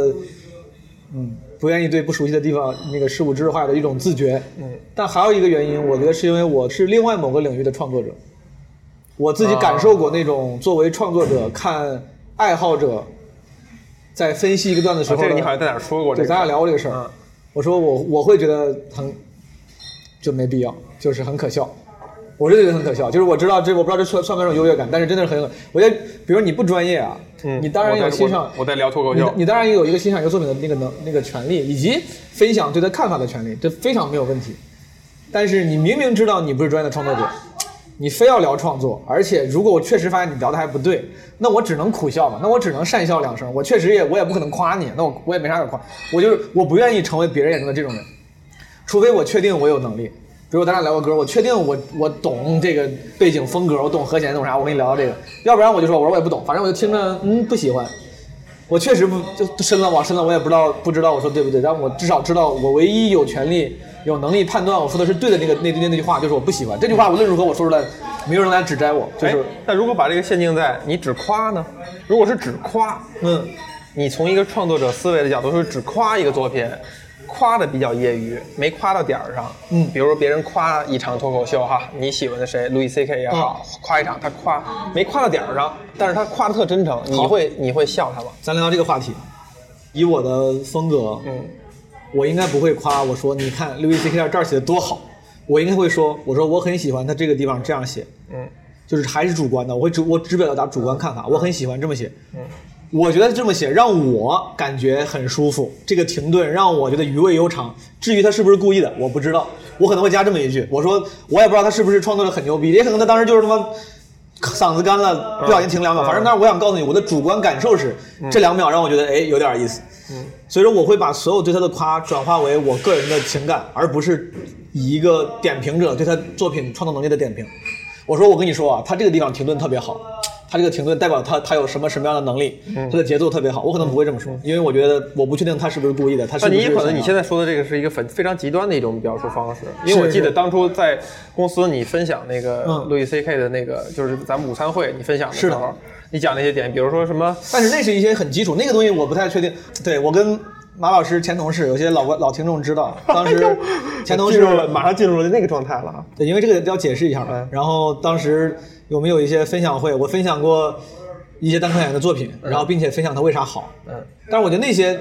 嗯，不愿意对不熟悉的地方那个事物知识化的一种自觉。嗯，但还有一个原因，我觉得是因为我是另外某个领域的创作者，我自己
啊
感受过那种作为创作者看爱好者在分析一个段子的时
啊
候
这
的，
个你好像在哪儿说过这个
对，
事
咱
儿？
俩聊过这个事儿。
嗯
我说我我会觉得很就没必要，就是很可笑。我是觉得很可笑，就是我知道这我不知道这算算不算一种优越感，但是真的是很有，我觉得比如你不专业啊，
嗯
你当然
我在
有欣赏
我，我在聊脱口
你
秀
你当然也有一个欣赏一个作品的那个能那个权利，以及分享对他看法的权利，这非常没有问题。但是你明明知道你不是专业的创作者，你非要聊创作，而且如果我确实发现你聊的还不对，那我只能苦笑嘛，那我只能讪笑两声，我确实也我也不可能夸你，那我我也没啥可夸，我就是我不愿意成为别人眼中的这种人，除非我确定我有能力，比如咱俩聊过歌，我确定我我懂这个背景风格，我懂和弦，懂啥，我跟你聊聊这个，要不然我就说我说我也不懂，反正我就听着嗯不喜欢，我确实不就就深了往深了，我也不知道不知道我说对不对，但我至少知道我唯一有权利、有能力判断我说的是对的那个那那那句话，就是我不喜欢这句话，无论如何我说出来，没有人来指摘我，就
哎
是，
那如果把这个限定在你只夸呢？如果是只夸，
嗯，
你从一个创作者思维的角度是只夸一个作品，夸的比较业余，没夸到点儿上。
嗯
比如说别人夸一场脱口秀哈，你喜欢的谁，路易 C K 也
啊
好，夸一场，他夸没夸到点儿上，但是他夸的特真诚，你
好
会你会笑他吗？
咱聊这个话题，以我的风格，
嗯，
我应该不会夸我说你看 Louis C K 这儿写的多好，我应该会说我说我很喜欢他这个地方这样写，
嗯，
就是还是主观的，我会只我只表达主观看法，我很喜欢这么写，嗯，我觉得这么写让我感觉很舒服，这个停顿让我觉得余味悠长。至于他是不是故意的，我不知道，我可能会加这么一句，我说我也不知道他是不是创作的很牛逼，也可能他当时就是他妈。嗓子干
嗯
了，不小心停两秒，反正但是我想告诉你，我的主观感受是、这两秒让我觉得哎有点意思，
嗯
所以说我会把所有对他的夸转化为我个人的情感，而不是以一个点评者对他作品创作能力的点评。我说我跟你说啊，他这个地方停顿特别好，他这个停顿代表他他有什么什么样的能力，
嗯
他的节奏特别好。我可能不会这么说，因为我觉得我不确定他是不是故意的，他是
那
不
你
是
也可能你
想
现在说的这个是一个非非常极端的一种表述方式，因为我记得当初在公司你分享那个
嗯
路易 C K 的那个，就是咱们午餐会你分享的
是
时
的
候，你讲那些点，比如说什么
但是那是一些很基础，那个东西我不太确定。对我跟马老师前同事，有些老老听众知道，当
哎
时前同事
进入了马上进入了那个状态了啊。
对，因为这个要解释一下嘛
嗯。
然后当时有没有一些分享会？我分享过一些单口演员的作品，然后并且分享它为啥好。
嗯，
但是我觉得那些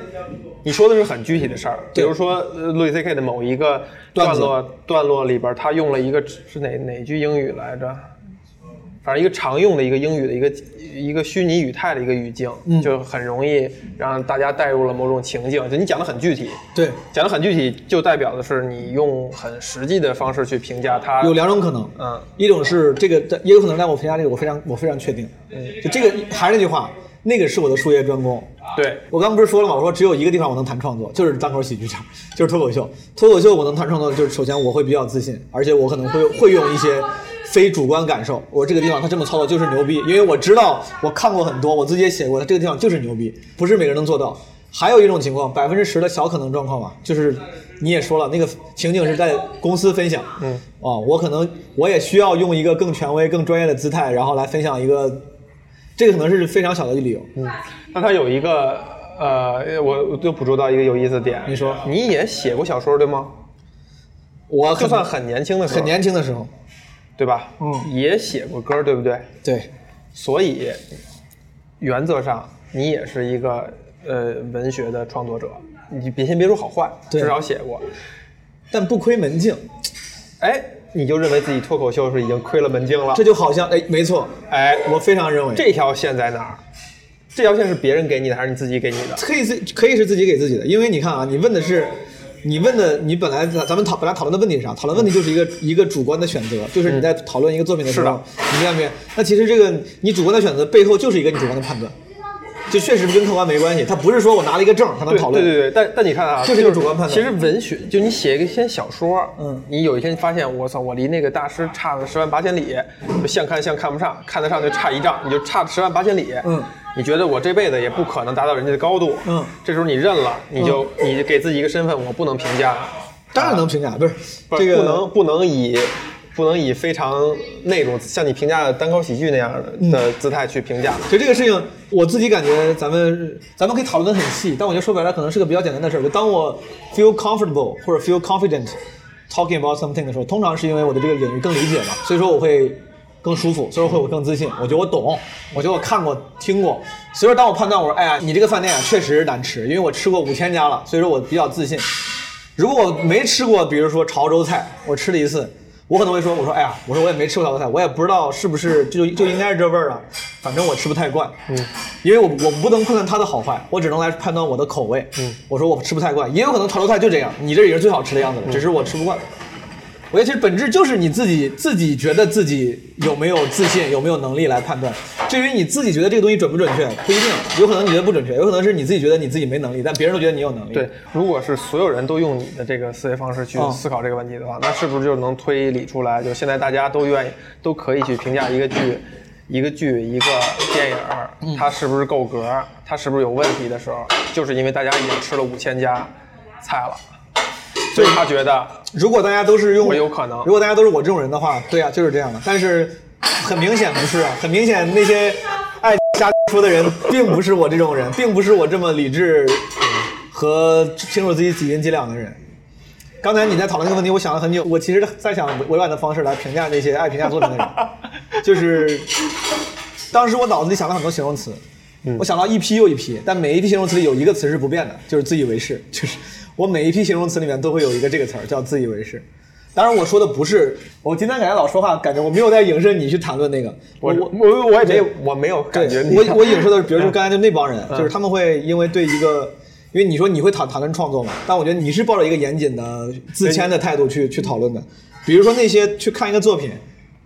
你说的是很具体的事儿，比
对
如说呃路易 C K 的某一个
段
段
子
落段落里边，他用了一个是哪哪句英语来着？反正一个常用的一个英语的一个一个虚拟语态的一个语境，
嗯
就很容易让大家带入了某种情境。就你讲的很具体，
对
讲的很具体，就代表的是你用很实际的方式去评价它。
有两种可能，
嗯，
一种是这个，也有可能让我评价这个，我非常我非常确定。嗯，就这个还是那句话，那个是我的术业专攻。
对，
我刚不是说了吗？我说只有一个地方我能谈创作，就是单口喜剧这儿， 就是脱口秀。脱口秀我能谈创作，就是首先我会比较自信，而且我可能会会用一些非主观感受。我这个地方他这么操作就是牛逼，因为我知道我看过很多，我自己也写过，他这个地方就是牛逼，不是每个人能做到。还有一种情况，百分之十的小可能状况嘛，就是你也说了，那个情景是在公司分享，嗯，哦，我可能我也需要用一个更权威、更专业的姿态，然后来分享一个，这个可能是非常小的一个理由，嗯，
那他有一个呃，我我就捕捉到一个有意思的点。
你说
你也写过小说对吗？
我
就
很
算很年轻的时候，
很年轻的时候，
对吧？
嗯
也写过歌，对不对？
对，
所以原则上你也是一个呃文学的创作者，你别先别说好坏，
对
至少写过。
但不亏门径，
哎，你就认为自己脱口秀是已经亏了门径了
这？就好像哎，没错，
哎，
我非常认为
啊这条线在哪儿？这条线是别人给你的还是你自己给你的？
可以自可以是自己给自己的，因为你看啊，你问的是。你问的，你本来咱咱们讨本来讨论的问题是啥？讨论问题就是一个一个主观的选择，就是你在
嗯
讨论一个作品的时候，你看没？那其实这个你主观的选择背后就是一个你主观的判断，就确实跟客观没关系。它不是说我拿了一个证儿才能
对
讨论。
对对对，但但你看啊，
这是个主观判断
其实文学，就你写一篇小说，
嗯
你有一天发现，我操，我离那个大师差了十万八千里，就像看像看不上，看得上就差一丈，你就差十万八千里。
嗯，
你觉得我这辈子也不可能达到人家的高度。
嗯
这时候你认了，你就、你给自己一个身份，我不能评价，啊
当然能评价，不是
不
这个
不能不能以。不能以非常那种像你评价单口喜剧那样的
嗯
的姿态去评价，
就这个事情，我自己感觉咱们咱们可以讨论的很细，但我觉得说白了可能是个比较简单的事儿。就当我 feel comfortable 或者 feel confident talking about something 的时候，通常是因为我对这个领域更理解嘛，所以说我会更舒服，所以说会我更自信。我觉得我懂，我觉得我看过听过，所以说当我判断我说，哎呀，你这个饭店啊确实难吃，因为我吃过五千家了，所以说我比较自信。如果我没吃过，比如说潮州菜，我吃了一次，我可能会说，我说哎呀，我说我也没吃过潮州菜，我也不知道是不是就就应该是这味儿啊，反正我吃不太惯，嗯，因为我我不能判断它的好坏，我只能来判断我的口味，嗯，我说我吃不太惯，也有可能潮州菜就这样，你这也是最好吃的样子了，只是我吃不惯。我觉得其实本质就是你自己自己觉得自己有没有自信，有没有能力来判断。至于你自己觉得这个东西准不准确，不一定，有可能你觉得不准确，有可能是你自己觉得你自己没能力，但别人都觉得你有能力。
对，，如果是所有人都用你的这个思维方式去
嗯
思考这个问
嗯
题的话，那是不是就能推理出来？就现在大家都愿意、都可以去评价一个剧，一个剧、一个电影儿，它是不是够格，它是不是有问题的时候，就是因为大家已经吃了五千家菜了，所以他觉得
如果大家都是用
我有可能
如果大家都是我这种人的话，对啊，就是这样的。但是很明显不是啊，很明显那些爱瞎说的人，并不是我这种人，并不是我这么理智和清楚自己几斤几两的人。刚才你在讨论这个问题，我想了很久。我其实在想委婉的方式来评价那些爱评价作品的人，就是当时我脑子里想了很多形容词，我想到一批又一批，但每一批形容词里有一个词是不变的，就是自以为是。 就是我每一批形容词里面都会有一个这个词儿叫自以为是。当然我说的不是，我今天感觉老说话，感觉我没有在影射你去谈论那个，
我
我
我我也没有
对
我没有
对
感觉你嗯
我我影射的是，比如说刚才就那帮人，就是他们会因为对一个。因为你说你会谈谈论创作嘛，但我觉得你是抱着一个严谨的、自谦的态度去去讨论的。比如说那些去看一个作品，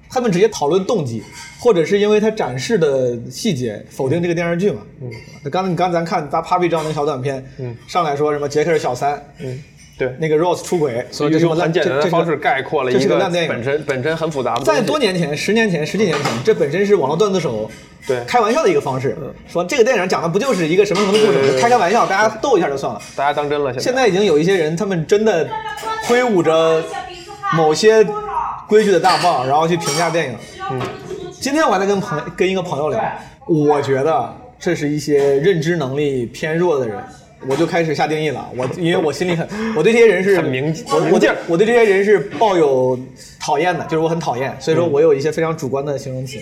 他们直接讨论动机，或者是因为他展示的细节否定这个电视剧嘛。嗯，刚才你刚才咱看咱 Papi 张那个小短片，嗯，上来说什么杰克是小三，嗯，
对，
那个 Rose 出轨，
所以
这
就
个
用
烂
很简单
这
的
这
方式概括了
这
一
是个
个
烂电影
本身本身很复杂的东
在
西。
多年前，十年前、十几年前，这本身是网络段子手
对嗯
开玩笑的一个方式，说这个电影讲的不就是一个什么什么的故
对对
事，
对
开开玩笑，大家逗一下就算了。
大家当真了，
现
现在
在已经有一些人，他们真的挥舞着某些规矩的大棒，然后去评价电影。嗯，今天我还在跟朋跟一个朋友聊，我觉得这是一些认知能力偏弱的人。我就开始下定义了，我因为我心里很，我对这些人是
很明
我我
明
对
镜
我对这些人是抱有讨厌的，就是我很讨厌，所以
嗯
说我有一些非常主观的形容词，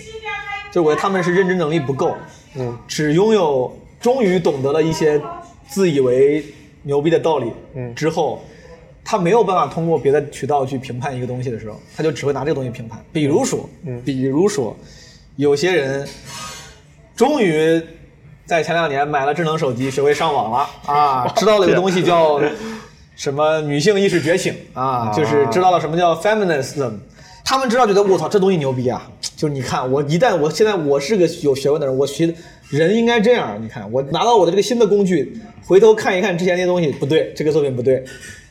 就是我觉得他们是认知能力不够，嗯，只拥有终于懂得了一些自以为牛逼的道理，嗯，之后他没有办法通过别的渠道去评判一个东西的时候，他就只会拿这个东西评判。比如说，嗯，比如说，有些人终于在前两年买了智能手机，学会上网了 啊，知道了有个东西叫什么女性意识觉醒啊，就是知道了什么叫 feminism。他们知道，觉得我操，这东西牛逼啊！就是你看，我一旦我现在我是个有学问的人，我学人应该这样。你看，我拿到我的这个新的工具，回头看一看之前那些东西，不对，这个作品不对，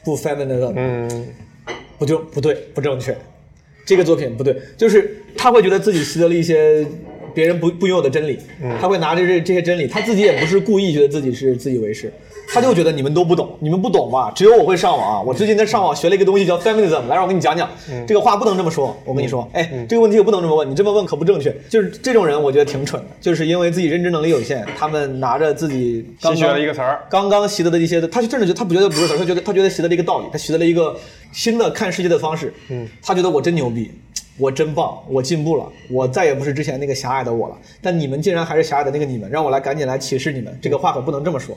不 feminism，
嗯，
不就不对，不正确，这个作品不对，就是他会觉得自己习得了一些别人不不拥有的真理，
嗯
他会拿着这这些真理，他自己也不是故意觉得自己是自以为是，他就觉得你们都不懂，你们不懂吧？只有我会上网啊！我最近在上网学了一个东西叫 feminism，来让我跟你讲讲，
嗯
这个话不能这么说，我跟你说，哎，这个问题我不能这么问，你这么问可不正确。就是这种人，我觉得挺蠢的，就是因为自己认知能力有限，他们拿着自己刚刚
新学了一个词儿
刚刚习得的一些，他甚至觉得他不觉得 不是词儿，他觉得他觉得习得了一个道理，他习得了一个新的看世界的方式。嗯，他觉得我真牛逼，我真棒，我进步了，我再也不是之前那个狭隘的我了。但你们竟然还是狭隘的那个你们，让我来赶紧来歧视
嗯
你们，这个话可不能这么说。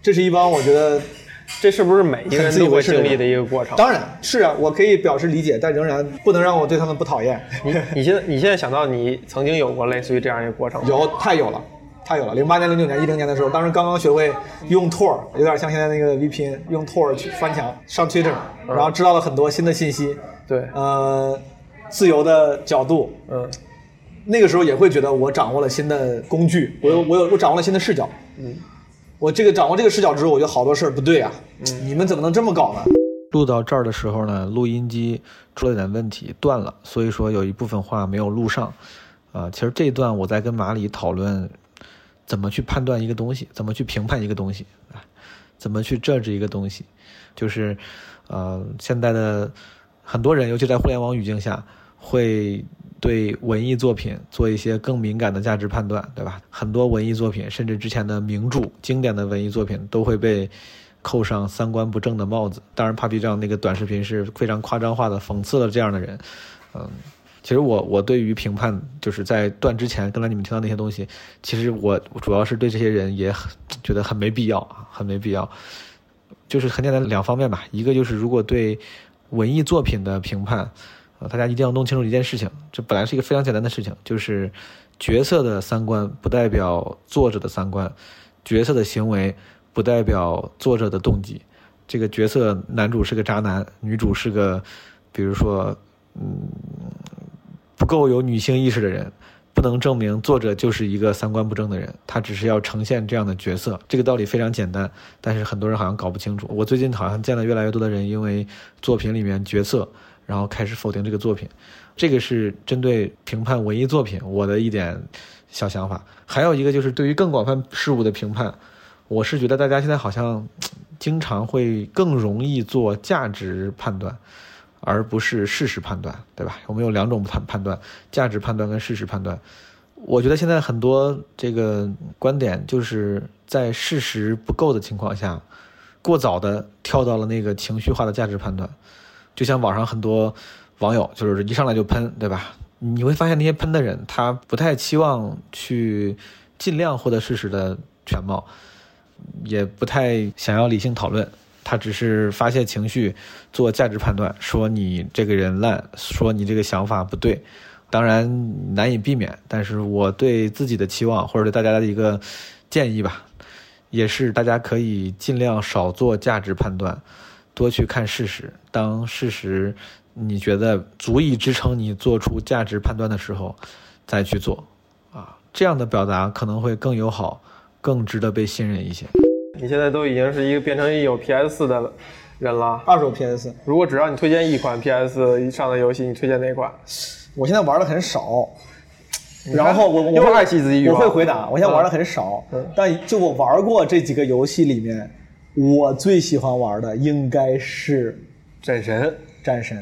这是一帮我觉得，
这是不是每一个人都会经历的一个过程？
当然是啊，我可以表示理解，但仍然不能让我对他们不讨厌。
你现在你现在想到你曾经有过类似于这样一个过程吗？
有太有了，太有了。零八年、零九年、一零年的时候，当时刚刚学会用 Tor，有点像现在那个 VPN，用 Tor 去翻墙上 Twitter，然后知道了很多新的信息，
嗯对
呃，自由的角度，
嗯，
那个时候也会觉得我掌握了新的工具，
嗯
我有我有我掌握了新的视角，嗯，我这个掌握这个视角之后，我觉得好多事儿不对啊，
嗯
你们怎么能这么搞呢？
录到这儿的时候呢，录音机出了点问题，断了，所以说有一部分话没有录上。啊、其实这一段我在跟马里讨论怎么去判断一个东西，怎么去评判一个东西，啊怎么去 judge 一个东西，就是呃，现在的很多人，尤其在互联网语境下，会对文艺作品做一些更敏感的价值判断，对吧？很多文艺作品，甚至之前的名著、经典的文艺作品，都会被扣上三观不正的帽子。当然，Papi 酱那个短视频是非常夸张化的讽刺了这样的人。嗯，其实我我对于评判，就是在断之前，刚才你们听到那些东西，其实我我主要是对这些人也很觉得很没必要，啊，很没必要。就是很简单两方面吧，一个就是如果对文艺作品的评判，呃，大家一定要弄清楚一件事情，这本来是一个非常简单的事情，就是角色的三观不代表作者的三观，角色的行为不代表作者的动机。这个角色男主是个渣男，女主是个，比如说，嗯，不够有女性意识的人，不能证明作者就是一个三观不正的人，他只是要呈现这样的角色。这个道理非常简单，但是很多人好像搞不清楚。我最近好像见了越来越多的人，因为作品里面角色，然后开始否定这个作品。这个是针对评判文艺作品我的一点小想法。还有一个就是对于更广泛事物的评判，我是觉得大家现在好像嘖经常会更容易做价值判断，而不是事实判断，对吧？我们有两种判判断：价值判断跟事实判断。我觉得现在很多这个观点就是在事实不够的情况下，过早的跳到了那个情绪化的价值判断。就像网上很多网友就是一上来就喷，对吧？你会发现那些喷的人，他不太期望去尽量获得事实的全貌，也不太想要理性讨论，他只是发泄情绪，做价值判断，说你这个人烂，说你这个想法不对。当然难以避免，但是我对自己的期望或者对大家的一个建议吧，也是大家可以尽量少做价值判断，多去看事实。当事实你觉得足以支撑你做出价值判断的时候，再去做啊，这样的表达可能会更友好，更值得被信任一些。
你现在都已经是一个变成有 PS 四的人了。
二手 PS，
如果只让你推荐一款 PS 上的游戏，你推荐哪款？
我现在玩的很少。
看
然后我我
又
会
爱惜自己欲
我
望嗯
会回答。我现在玩的很少，但就我玩过这几个游戏里面，我最喜欢玩的应该是
战神，
《战神》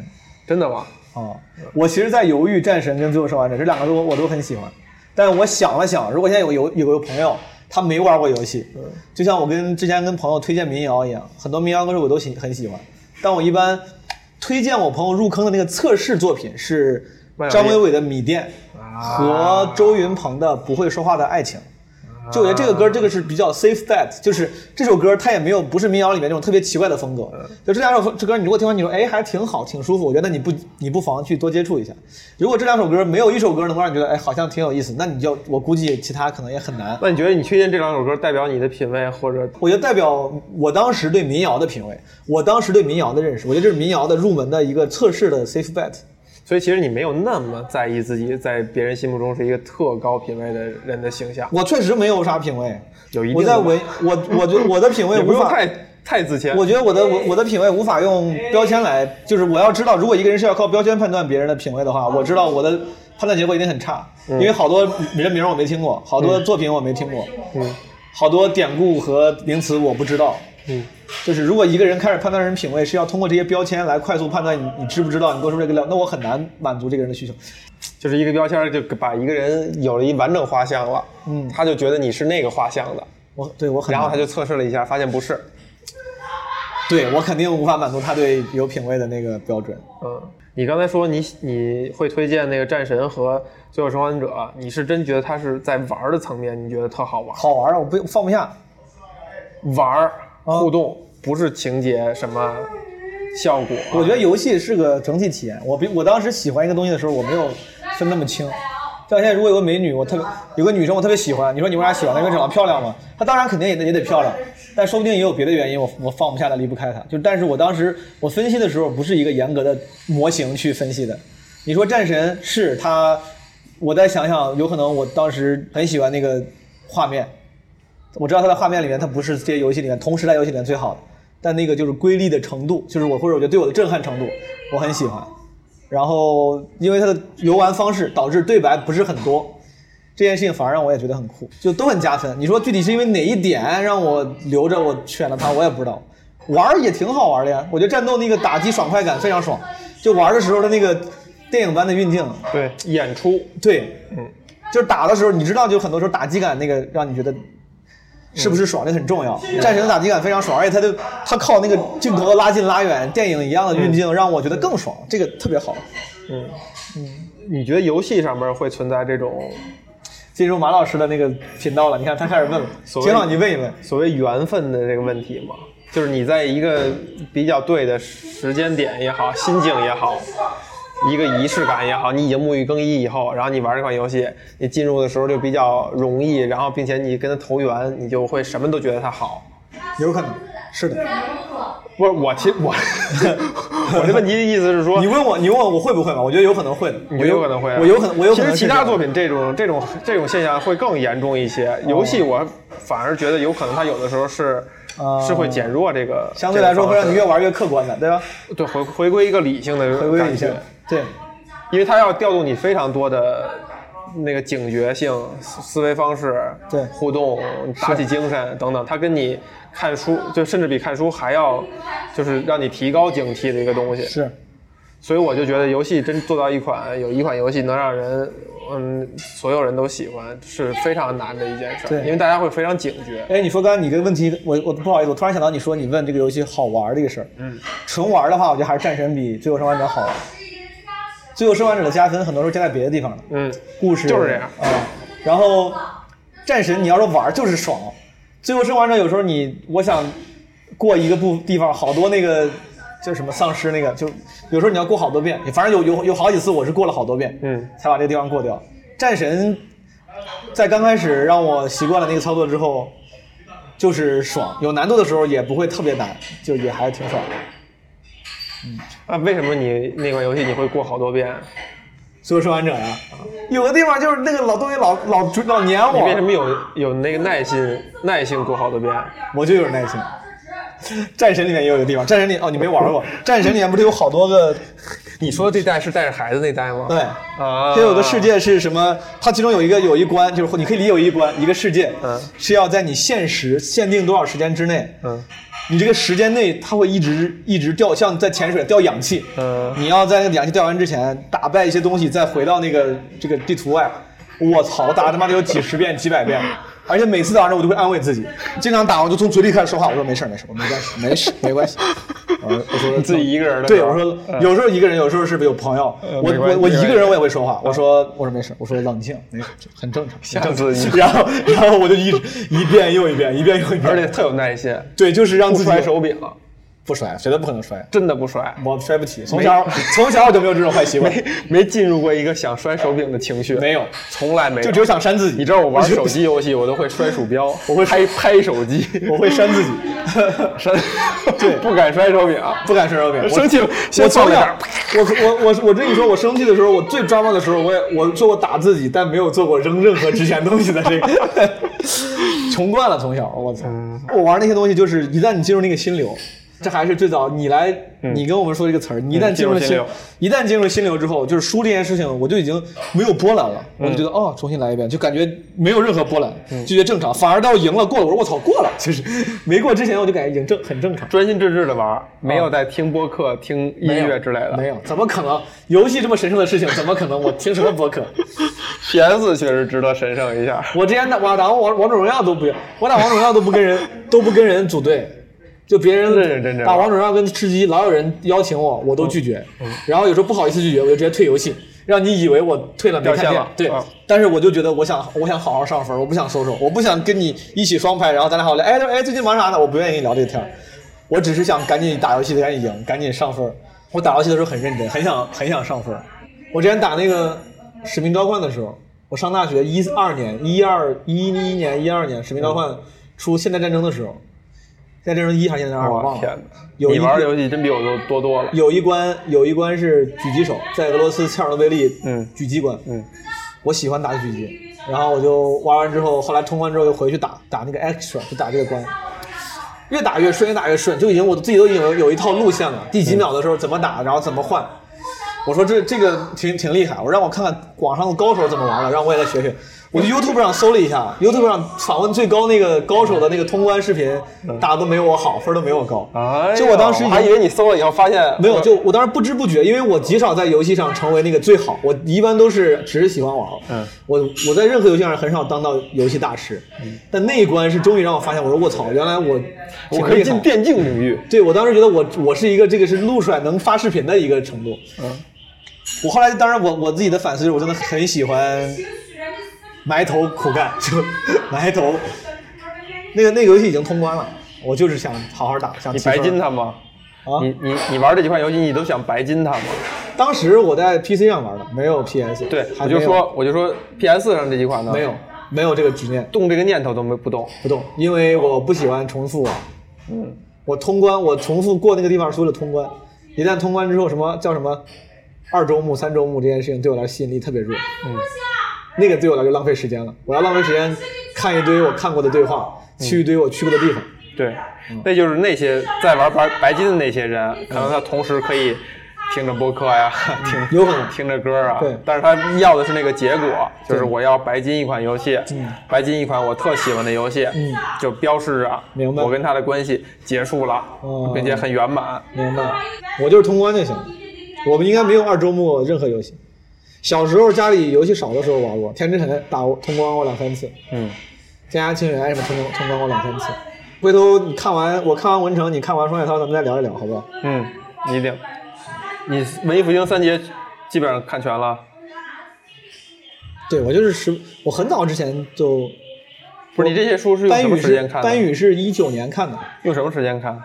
真的吗？
啊、我其实，在犹豫《战神》跟《最后生还者》这两个都我都很喜欢，但我想了想，如果现在有有有个朋友他没玩过游戏，就像我跟之前跟朋友推荐民谣一样，很多民谣歌手我都喜很喜欢，但我一般推荐我朋友入坑的那个测试作品是
万有
张
引
伟伟的《米店》和周云鹏的《不会说话的爱情》。就我觉得这个
啊
歌，这个是比较 safe bet，就是这首歌它也没有不是民谣里面那种特别奇怪的风格。
嗯
就这两首这歌，你如果听完你说哎还挺好，挺舒服，我觉得你不你不妨去多接触一下。如果这两首歌没有一首歌能够让你觉得哎好像挺有意思，那你就我估计其他可能也很难。
那你觉得你推荐这两首歌代表你的品味，或者
我觉得代表我当时对民谣的品味，我当时对民谣的认识，我觉得这是民谣的入门的一个测试的 safe bet。
所以其实你没有那么在意自己在别人心目中是一个特高品位的人的形象。
我确实没有啥品味，
有一定
我在
的吧
文我我觉得我的品味
也不
无
用
法
太太自谦。
我觉得我的我我的品味无法用标签来，就是我要知道，如果一个人是要靠标签判断别人的品味的话，我知道我的判断结果一定很差，因为好多人名儿我没听过，好多作品我没听过，嗯，好多典故和名词我不知道，嗯，就是如果一个人开始判断人品味，是要通过这些标签来快速判断你你知不知道，你做出这个料，那我很难满足这个人的需求。
就是一个标签儿就把一个人有了一完整画像了，嗯，他就觉得你是那个画像的，
我对我很难，
然后他就测试了一下，发现不是。
对我肯定无法满足他对有品味的那个标准。
嗯，你刚才说你你会推荐那个战神和最后生还者，你是真觉得它是在玩儿的层面，你觉得特好玩儿，
好玩啊，我不放不下，
玩儿
啊
互动不是情节什么效果，
我觉得游戏是个整体体验。我比我当时喜欢一个东西的时候，我没有分那么清。像现在如果有个美女，我特别有个女生，我特别喜欢。你说你为啥喜欢她？因为长得漂亮吗？她当然肯定也得也得漂亮，但说不定也有别的原因，我我放不下她，离不开她。就但是我当时我分析的时候，不是一个严格的模型去分析的。你说战神是他，我再想想，有可能我当时很喜欢那个画面，我知道它的画面里面，它不是这些游戏里面同时代游戏里面最好的，但那个就是瑰丽的程度，就是我或者我觉得对我的震撼程度，我很喜欢。然后因为它的游玩方式导致对白不是很多，这件事情反而让我也觉得很酷，就都很加分。你说具体是因为哪一点让我留着我选了它，我也不知道。玩儿也挺好玩的呀，我觉得战斗那个打击爽快感非常爽，就玩儿的时候的那个电影般的运镜，
对演出
对，嗯，就是打的时候，你知道，就很多时候打击感那个让你觉得是不是爽，这很重要。战神的打击感非常爽，而且他的他靠那个镜头的拉近拉远，电影一样的运镜，让我觉得更爽，这个特别好。
你觉得游戏上面会存在这种
进入马老师的那个频道了，你看他开始问了，
所谓
挺好，你问一问。
所谓缘分的这个问题吗？就是你在一个比较对的时间点也好，心境也好，一个仪式感也好，你已经沐浴更衣以后，然后你玩这款游戏，你进入的时候就比较容易，然后并且你跟它投缘，你就会什么都觉得它好。
有可能是的，
不是我，其实 我我这问题的意思是说
你，问我，你问我我会不会吗？我觉得有可能会的，
你有可能会啊，
我有可能，我有可
其
能是
实其
这
他
样
作品这种这种
哦
这种现象会更严重一些。游戏我反而觉得有可能它有的时候是
啊
是会减弱这个
相对来说会让你
这
越
个方
玩越客观的，对吧？
式对回回归一个理性的
回归理
感
性
觉，
对，
因为它要调动你非常多的那个警觉性、思思维方式、
对
互动、打起精神等等，它跟你看书就甚至比看书还要，就是让你提高警惕的一个东西。
是
所以我就觉得游戏真做到一款有一款游戏能让人，嗯，所有人都喜欢，是非常难的一件事，
对
因为大家会非常警觉。
哎，你说刚才你这个问题，我我不好意思，我突然想到你说你问这个游戏好玩这个事儿。嗯，纯玩的话，我觉得还是战神比最后生还者好玩。最后生还者的加分很多时候加在别的地方了，
嗯，
故事
就是这样
啊、然后战神你要说玩就是爽，最后生还者有时候你我想过一个部地方，好多那个叫什么丧尸那个，就有时候你要过好多遍，反正有有有好几次我是过了好多遍，
嗯，
才把这个地方过掉。战神在刚开始让我习惯了那个操作之后，就是爽，有难度的时候也不会特别难，就也还挺爽的。
那为什么你那款游戏你会过好多遍？
最后生还者呀，有的地方就是那个老东西老老老黏
你为什
我，
么有有那个耐心耐性过好多遍？
我就有耐心。战神里面也有一个地方，战神里哦你没玩过，战神里面不是有好多个
你说这代是带着孩子那代吗？
对
啊，
它有个世界是什么？它其中有一个有一关，就是你可以理解有一关一个世界，
嗯
是要在你限时限定多少时间之内，
嗯，
你这个时间内它会一直一直掉，像在潜水掉氧气，
嗯
你要在那个氧气掉完之前打败一些东西，再回到那个这个地图外。我操，打他妈的有几十遍、几百遍，而且每次打完之后我都会安慰自己，经常打完就从嘴里开始说话，我说没事儿没事儿，没关系没事没关系，我说我说
你自己一个人的
对，
时候
我说
嗯
有时候一个人，有时候是不是有朋友，我
没关系
我我
没关
一
系嗯
个人我也会说话，我说我说没事，我说冷静，没事，很正常，
吓死你！
然后然后我就一直一遍又一遍，一遍又一遍，
而且特有耐心，
对，就是让
不
自己
摔手柄，
不摔，绝对不可能摔，
真的不摔，
我摔不起，从小 从小我就没有这种坏习惯，
没没进入过一个想摔手柄的情绪，
没有
从来没有，
就只有想扇自己。
你知道我玩
就
手，机游戏，我都会摔鼠标，我
会
拍拍手机，
我会扇自己，
摔，
对
不敢摔手柄。
不敢摔手柄，我
啊生气了
我
先
从
放那
小
儿，
我我我我跟你说，我生气的时候，我最抓狂的时候，我也我做过打自己，但没有做过扔任何值钱东西的这个， 穷惯了从小，我操！我玩那些东西，就是一旦你进入那个心流，这还是最早你来，你跟我们说这个词儿，你一旦进
进
入
入心
心
流，
一旦进入心流之后，就是输这件事情，我就已经没有波澜了，我就觉得哦，重新来一遍，就感觉没有任何波澜，就觉得正常，反而到赢了过了，我说我操过了，就是没过之前我就感觉已经正很正常。
专心致志的玩，没有在听播客、听音
没有
乐之类的。
啊没有，怎么可能？游戏这么神圣的事情，怎么可能？我听什么播客？
，PS 确实值得神圣一下。
我之前打我打王王者荣耀都不，我打王者荣耀都不跟人都不跟人组队，就别人
认认真真
打王者荣耀跟吃鸡，老有人邀请我，我都拒绝。
嗯
然后有时候不好意思拒绝，我就直接退游戏，让你以为我退了没
掉
看
线
见
了。
对
啊，
但是我就觉得我想我想好好上分，我不想收手，我不想跟你一起双排，然后咱俩好聊。哎哎，最近忙啥呢？我不愿意跟你聊这个天儿，我只是想赶紧打游戏，赶紧赢，赶紧上分。我打游戏的时候很认真，很想很想上分。我之前打那个使命召唤的时候，我上大学一二年、一二一一年、一二年使命召唤出现代战争的时候，现代战争一还是现代战争二，我
我
忘
天
了。
哪！
有
你
一
玩的游戏真比我多多多了。
有一关有一关是狙击手，在俄罗斯切尔诺贝利，
嗯
狙击关，
嗯，
我喜欢打狙击，然后我就玩完之后，后来通关之后又回去打打那个 extra，就打这个关，越打越顺，越打越顺，就已经我自己都已经有有一套路线了，第几秒的时候怎么
嗯
打，然后怎么换。我说这这个挺挺厉害，我让我看看网上的高手怎么玩了，让我也来学学。我就 YouTube 上搜了一下，YouTube 上访问最高那个高手的那个通关视频，打的都没我好，分儿都没我高。
嗯哎呦，
就我当时已经
还以为你搜了以后发现
没有，就我当时不知不觉，因为我极少在游戏上成为那个最好，我一般都是只是喜欢玩。
嗯，
我我在任何游戏上很少当到游戏大师，但那一关是终于让我发现，我说我操，原来我
嗯我
挺
可以
厉
进
害。
电竞领 域。
对我当时觉得我我是一个这个是录出来能发视频的一个程度。嗯，我后来当然我我自己的反思是我真的很喜欢埋头苦干，就 埋头。那个那个游戏已经通关了，我就是想好好打，想
你
提分
白金他吗？
啊
你你你玩这几款游戏，你都想白金它吗？
当时我在 PC 上玩的，没有 PS。
对，
还
我
没有
就说我就说 PS 上这几款呢，
没有没有这个执念，
动这个念头都没不动。
不动，因为我不喜欢重复啊。
嗯，
我通关，我重复过那个地方所有的通关，一旦通关之后，什么叫什么二周目、三周目这件事情对我来说吸引力特别弱。嗯，
嗯
那个对我来说浪费时间了，我要浪费时间看一堆我看过的对话，去一堆我去过的地方。
对，
嗯
那就是那些在玩白白金的那些人，可能他同时可以听着播客呀，听
嗯有可能
听着歌啊，
对
但是他要的是那个结果，就是
对
我要白金一款游戏，
嗯
白金一款我特喜欢的游戏，
嗯
就标示着
明白
我跟他的关系结束了，
哦
并且很圆满。
明白，我就是通关就行了。我们应该没有二周目任何游戏。小时候家里游戏少的时候玩过，天之痕打过通关过两三次，
嗯，
天涯情缘什么通关通关过两三次。回头你看完我看完文成，你看完双雪涛，咱们再聊一聊，好不好？
嗯，一定。你文艺复兴三杰基本上看全了，
对我就是十，我很早之前就
不是你这些书是用
班
什么
宇
时间
是
看的？
班宇是一九年看的，
用什么时间看？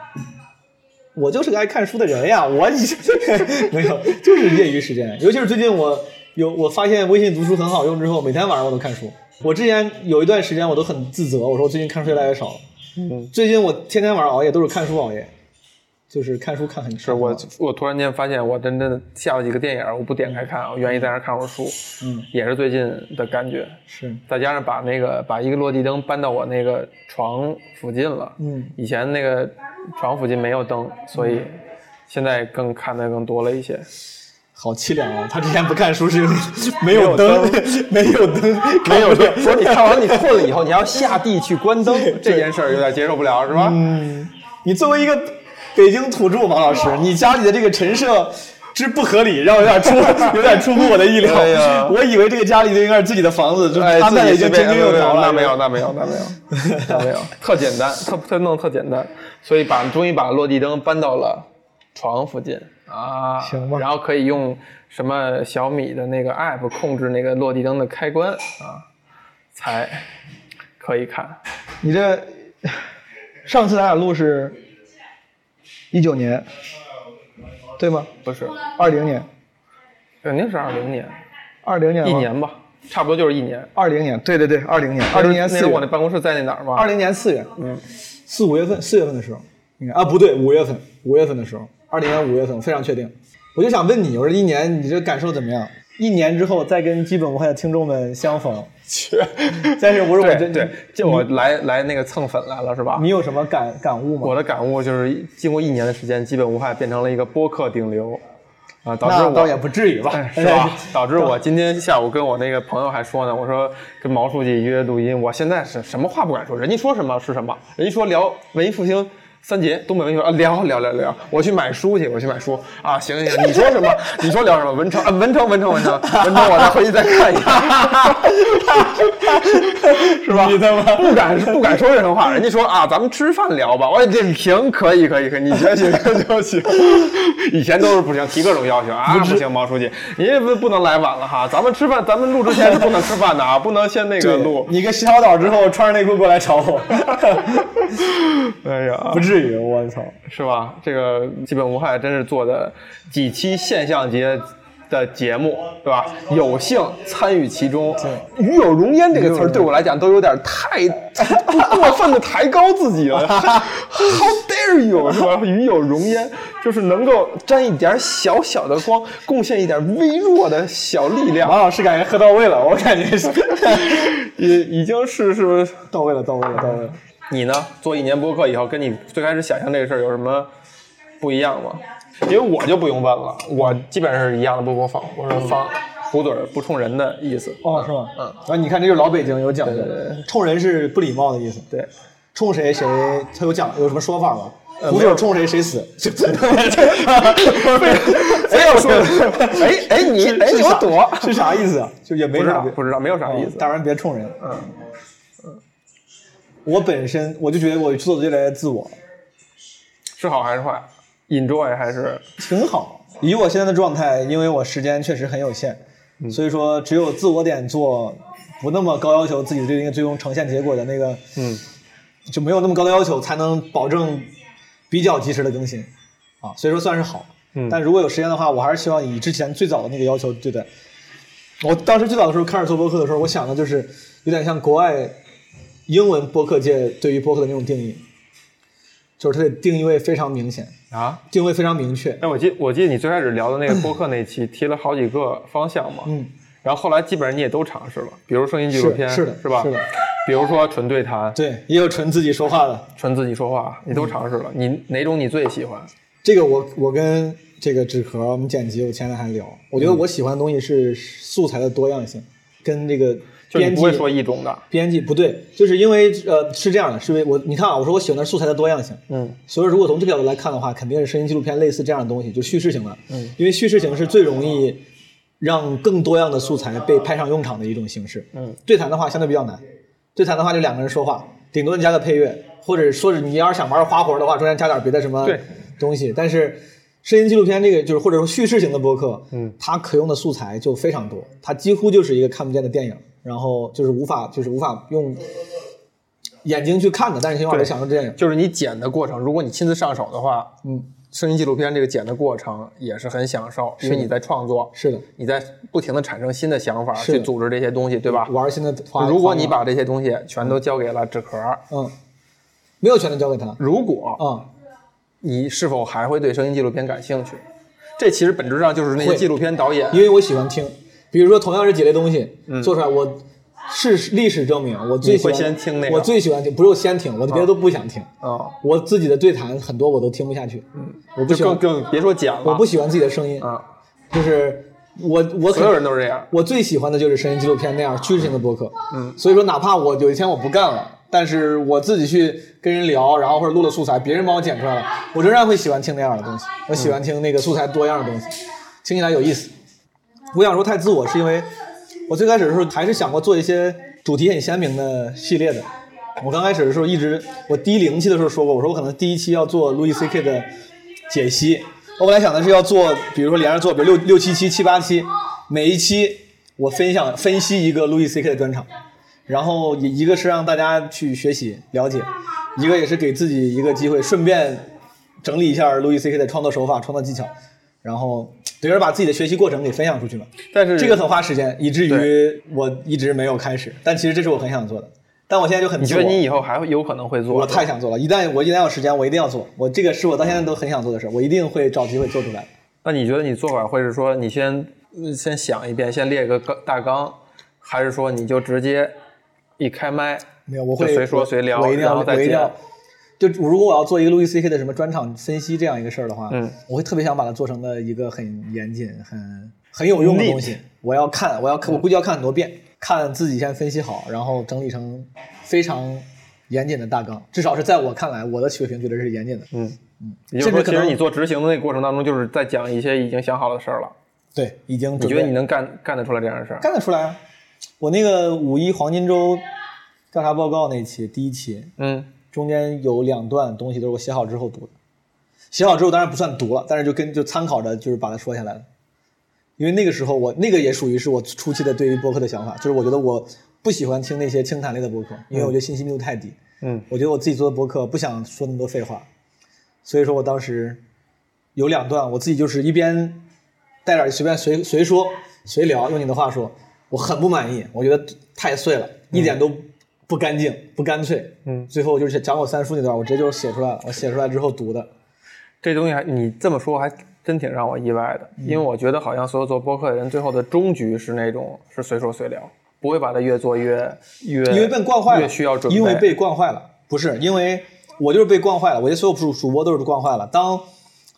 我就是个爱看书的人呀，我 没有，就是业余时间，尤其是最近我有我发现微信读书很好用之后，每天晚上我都看书。我之前有一段时间我都很自责，我说我最近看书越来越少了。
嗯，
最近我天天晚上熬夜都是看书熬夜，就是看书看很
是
少。
我，我突然间发现，我真的下了几个电影，我不点开看，我愿意在那儿看会儿书，
嗯，
也是最近的感觉。
是
再加上把那个把一个落地灯搬到我那个床附近了，
嗯
以前那个床附近没有灯，所以现在更看的更多了一些。
好凄凉啊！他之前不看书是 因为没有灯，没有灯， 没有
对，说你看完你困了以后，你要下地去关灯，这件事儿有点接受不了，是吧？
嗯你作为一个北京土著王老
哎
师，你家里的这个陈设之不合理，让我有点出 有点出乎我的意料。
哎呀
我以为这个家里就应该是自己的房子，就
哎，
安排的
自
已
己
经
随便
井井有条了。
那没有，那没有，那没有，那没有， 特简单，特特弄特简单，所以把终于把落地灯搬到了床附近啊，
行吧
然后可以用什么小米的那个 app 控制那个落地灯的开关啊，才可以看。
你这上次咱俩录是一九年，对吗？
不是，
二零年，
肯定是二零年，
二零年
一年吧，差不多就是一年。
二零年，对对对，二零年，二零年
那
四
时候我
月
那，办公室在那哪儿吗？
二零年四月，嗯，四五月份，四月份的时候，应该啊，不对，五月份，五月份的时候，二零年五月份，我非常确定。我就想问你，我说一年你这感受怎么样？一年之后再跟基本无害的听众们 相逢，但是我说我
对
真
对，就我来来那个蹭粉来了是吧？
你有什么感感悟吗？
我的感悟就是，经过一年的时间，基本无害变成了一个播客顶流，啊，导致
那
我
倒也不至于吧，
是吧？哎 导致我今天下午跟我那个朋友还说呢，我说跟毛书记约录音，我现在是什么话不敢说，人家说什么是什么，人家说聊文艺复兴。三杰，东北文艺复兴啊，聊聊聊聊，我去买书去，我去买书啊，行行行，你说什么？你说聊什么？文成啊，文成，文成，文成，文成，我再回去再看一 下，是吧？你他妈不敢不敢说任何话，人家说啊，咱们吃饭聊吧，我说这行，可以可以可 以，你觉得行就 行，以前都是不行，提各种要求啊，不行，毛书记，你也不不能来晚了哈，咱们吃饭，咱们录之前是不能吃饭的啊，不能先那个
对
录。
你个洗好澡之后穿着内裤过来找我，
哎呀
不，至于，我操！
是吧？这个基本无害真是做的几期现象级的节目，对吧？有幸参与其中，
与有容焉这个词儿对我来讲都有点 太过分的抬高自己了。How dare you 是吧？与有容焉就是能够沾一点小小的光，贡献一点微弱的小力量
王。老师感觉喝到位了，我感觉是
已已经是是不是？
到位了，到位了，到位了。
你呢？做一年播客以后，跟你最开始想象这个事儿有什么不一样吗？因为我就不用问了，我基本上是一样的不模仿，我是方虎嘴儿不冲人的意思。
哦，是吗？嗯。啊，你看这就是老北京有讲究，冲人是不礼貌的意思。
对，
冲谁谁他有讲有什么说法吗？
呃
胡
没
嘴
有
冲谁谁死。
哎我 说的，哎哎你哎
是
你给我
啥
躲，
是啥意思啊？就也没
不知
啥啊
道不知道没有啥哦意思。
当然别冲人。嗯嗯，我本身我就觉得我做的越来越自我，
是好还是坏？enjoy 还是
挺好。以我现在的状态，因为我时间确实很有限，
嗯
所以说只有自我点做，不那么高要求自己对那个最终呈现结果的那个，
嗯，
就没有那么高的要求，才能保证比较及时的更新啊。所以说算是好，
嗯
但如果有时间的话，我还是希望以之前最早的那个要求对待。我当时最早的时候开始做播客的时候，我想的就是有点像国外英文播客界对于播客的那种定义，就是它的定位非常明显，
啊？
定位非常明确。
哎，我记我记得你最开始聊的那个播客那期提了好几个方向嘛，
嗯，
然后后来基本上你也都尝试了，比如声音纪录片
是是的
吧？
是的
比如说纯对谈，
对，也有纯自己说话的。
纯自己说话，你都尝试了，你哪种你最喜欢？
这个我我跟这个纸壳我们剪辑，我前两天还聊，我觉得我喜欢的东西是素材的多样性，跟这个
就你
编
不
辑
会说一种的，
编辑不对，就是因为呃是这样的，是因为我你看啊，我说我喜欢的是素材的多样性，
嗯，
所以如果从这个角度来看的话，肯定是声音纪录片类似这样的东西，就叙事型的，嗯，因为叙事型是最容易让更多样的素材被派上用场的一种形式，嗯，对谈的话相对比较难，对谈的话就两个人说话，顶多你加个配乐，或者说是你要是想玩花活的话，中间加点别的什么
对
东西，但是。声音纪录片这个就是或者说叙事型的播客，嗯，它可用的素材就非常多，它几乎就是一个看不见的电影，然后就是无法就是无法用眼睛去看的，但是起码得享受这电影。
就是你剪的过程，如果你亲自上手的话，
嗯，
声音纪录片这个剪的过程也是很享受，因为
的
你在创作，
是的，
你在不停的产生新的想法
是的
去组织这些东西，对吧？
玩新的花，
如果你
花
把这些东西全都交给了纸壳儿，
样嗯没有权利交给他啊、
如果你是否还会对声音纪录片感兴趣？这其实本质上就是那些
会
纪录片导演
因为我喜欢听，比如说同样是几类东西、做出来，我是历史证明，我最喜
嗯
欢
你会先听那个
我最喜欢听，不是我先听，我别的都不想听。
啊，
我自己的对谈很多我都听不下去，嗯，我
就
不喜
更
欢，
更别说剪了，
我不喜欢自己的声音，
啊，
就是我我
所有人都是这样。
我最喜欢的就是声音纪录片那样叙事性的播客。嗯，所以说哪怕我有一天我不干了，但是我自己去跟人聊，然后或者录了素材，别人帮我剪出来了，我仍然会喜欢听那样的东西。我喜欢听那个素材多样的东西，听起来有意思。我想说太自我是因为我最开始的时候还是想过做一些主题很鲜明的系列的。我刚开始的时候一直，我第一零期的时候说过，我说我可能第一期要做路易 C K 的解析。我本来想的是要做，比如说连着做，比如六六七期、七八期，每一期我分享分析一个路易 C K 的专场，然后也一个是让大家去学习了解，一个也是给自己一个机会，顺便整理一下路易 C K 的创作手法、创作技巧，然后等于是把自己的学习过程给分享出去嘛。
但是
这个很花时间，以至于我一直没有开始。但其实这是我很想做的，但我现在就很
你
自
觉
我
得你以后还会有可能会做？
我太想做了，一旦我一旦有时间，我一定要做。我这个是我到现在都很想做的事，我一定会找机会做出来。
那你觉得你做法会是说你先嗯先想一遍，先列个纲大纲，还是说你就直接一开麦？
没有，我会
就随说随聊
我一定
然
要，
后再
我一定
剪
要。就如果我要做一个路易 C K 的什么专场分析这样一个事儿的话，
嗯，
我会特别想把它做成的一个很严谨、很很有用的东西。我要看，我要
嗯
看，我估计要看很多遍，看自己先分析好，然后整理成非常严谨的大纲。至少是在我看来，我的水平觉得是严谨的。
嗯也就是说，
甚至
其
可
实
能
你做执行的那个过程当中，就是在讲一些已经想好的事儿了。
对，已经
你
准
觉
备
得你能干干得出来这样的事儿？
干得出来啊！我那个五一黄金周调查报告那期第一期，
嗯，
中间有两段东西都是我写好之后读的，写好之后当然不算读了，但是就跟就参考着就是把它说下来了。因为那个时候我那个也属于是我初期的对于播客的想法，就是我觉得我不喜欢听那些清谈类的播客，因为我觉得信息密度太低。
嗯，
我觉得我自己做的播客不想说那么多废话，所以说我当时有两段我自己就是一边带点随便随随说随聊，用你的话说，我很不满意，我觉得太碎了，一点都不干净不干脆。
嗯
最后就是讲我三叔那段，我直接就写出来了，我写出来之后读的。
这东西还你这么说还真挺让我意外的，
嗯
因为我觉得好像所有做播客的人最后的终局是那种是随说随聊，不会把它越做越越
因为被惯坏了，
越需要准备，
因为被惯坏了，不是因为我就是被惯坏了，我觉得所有主主播都是惯坏了。当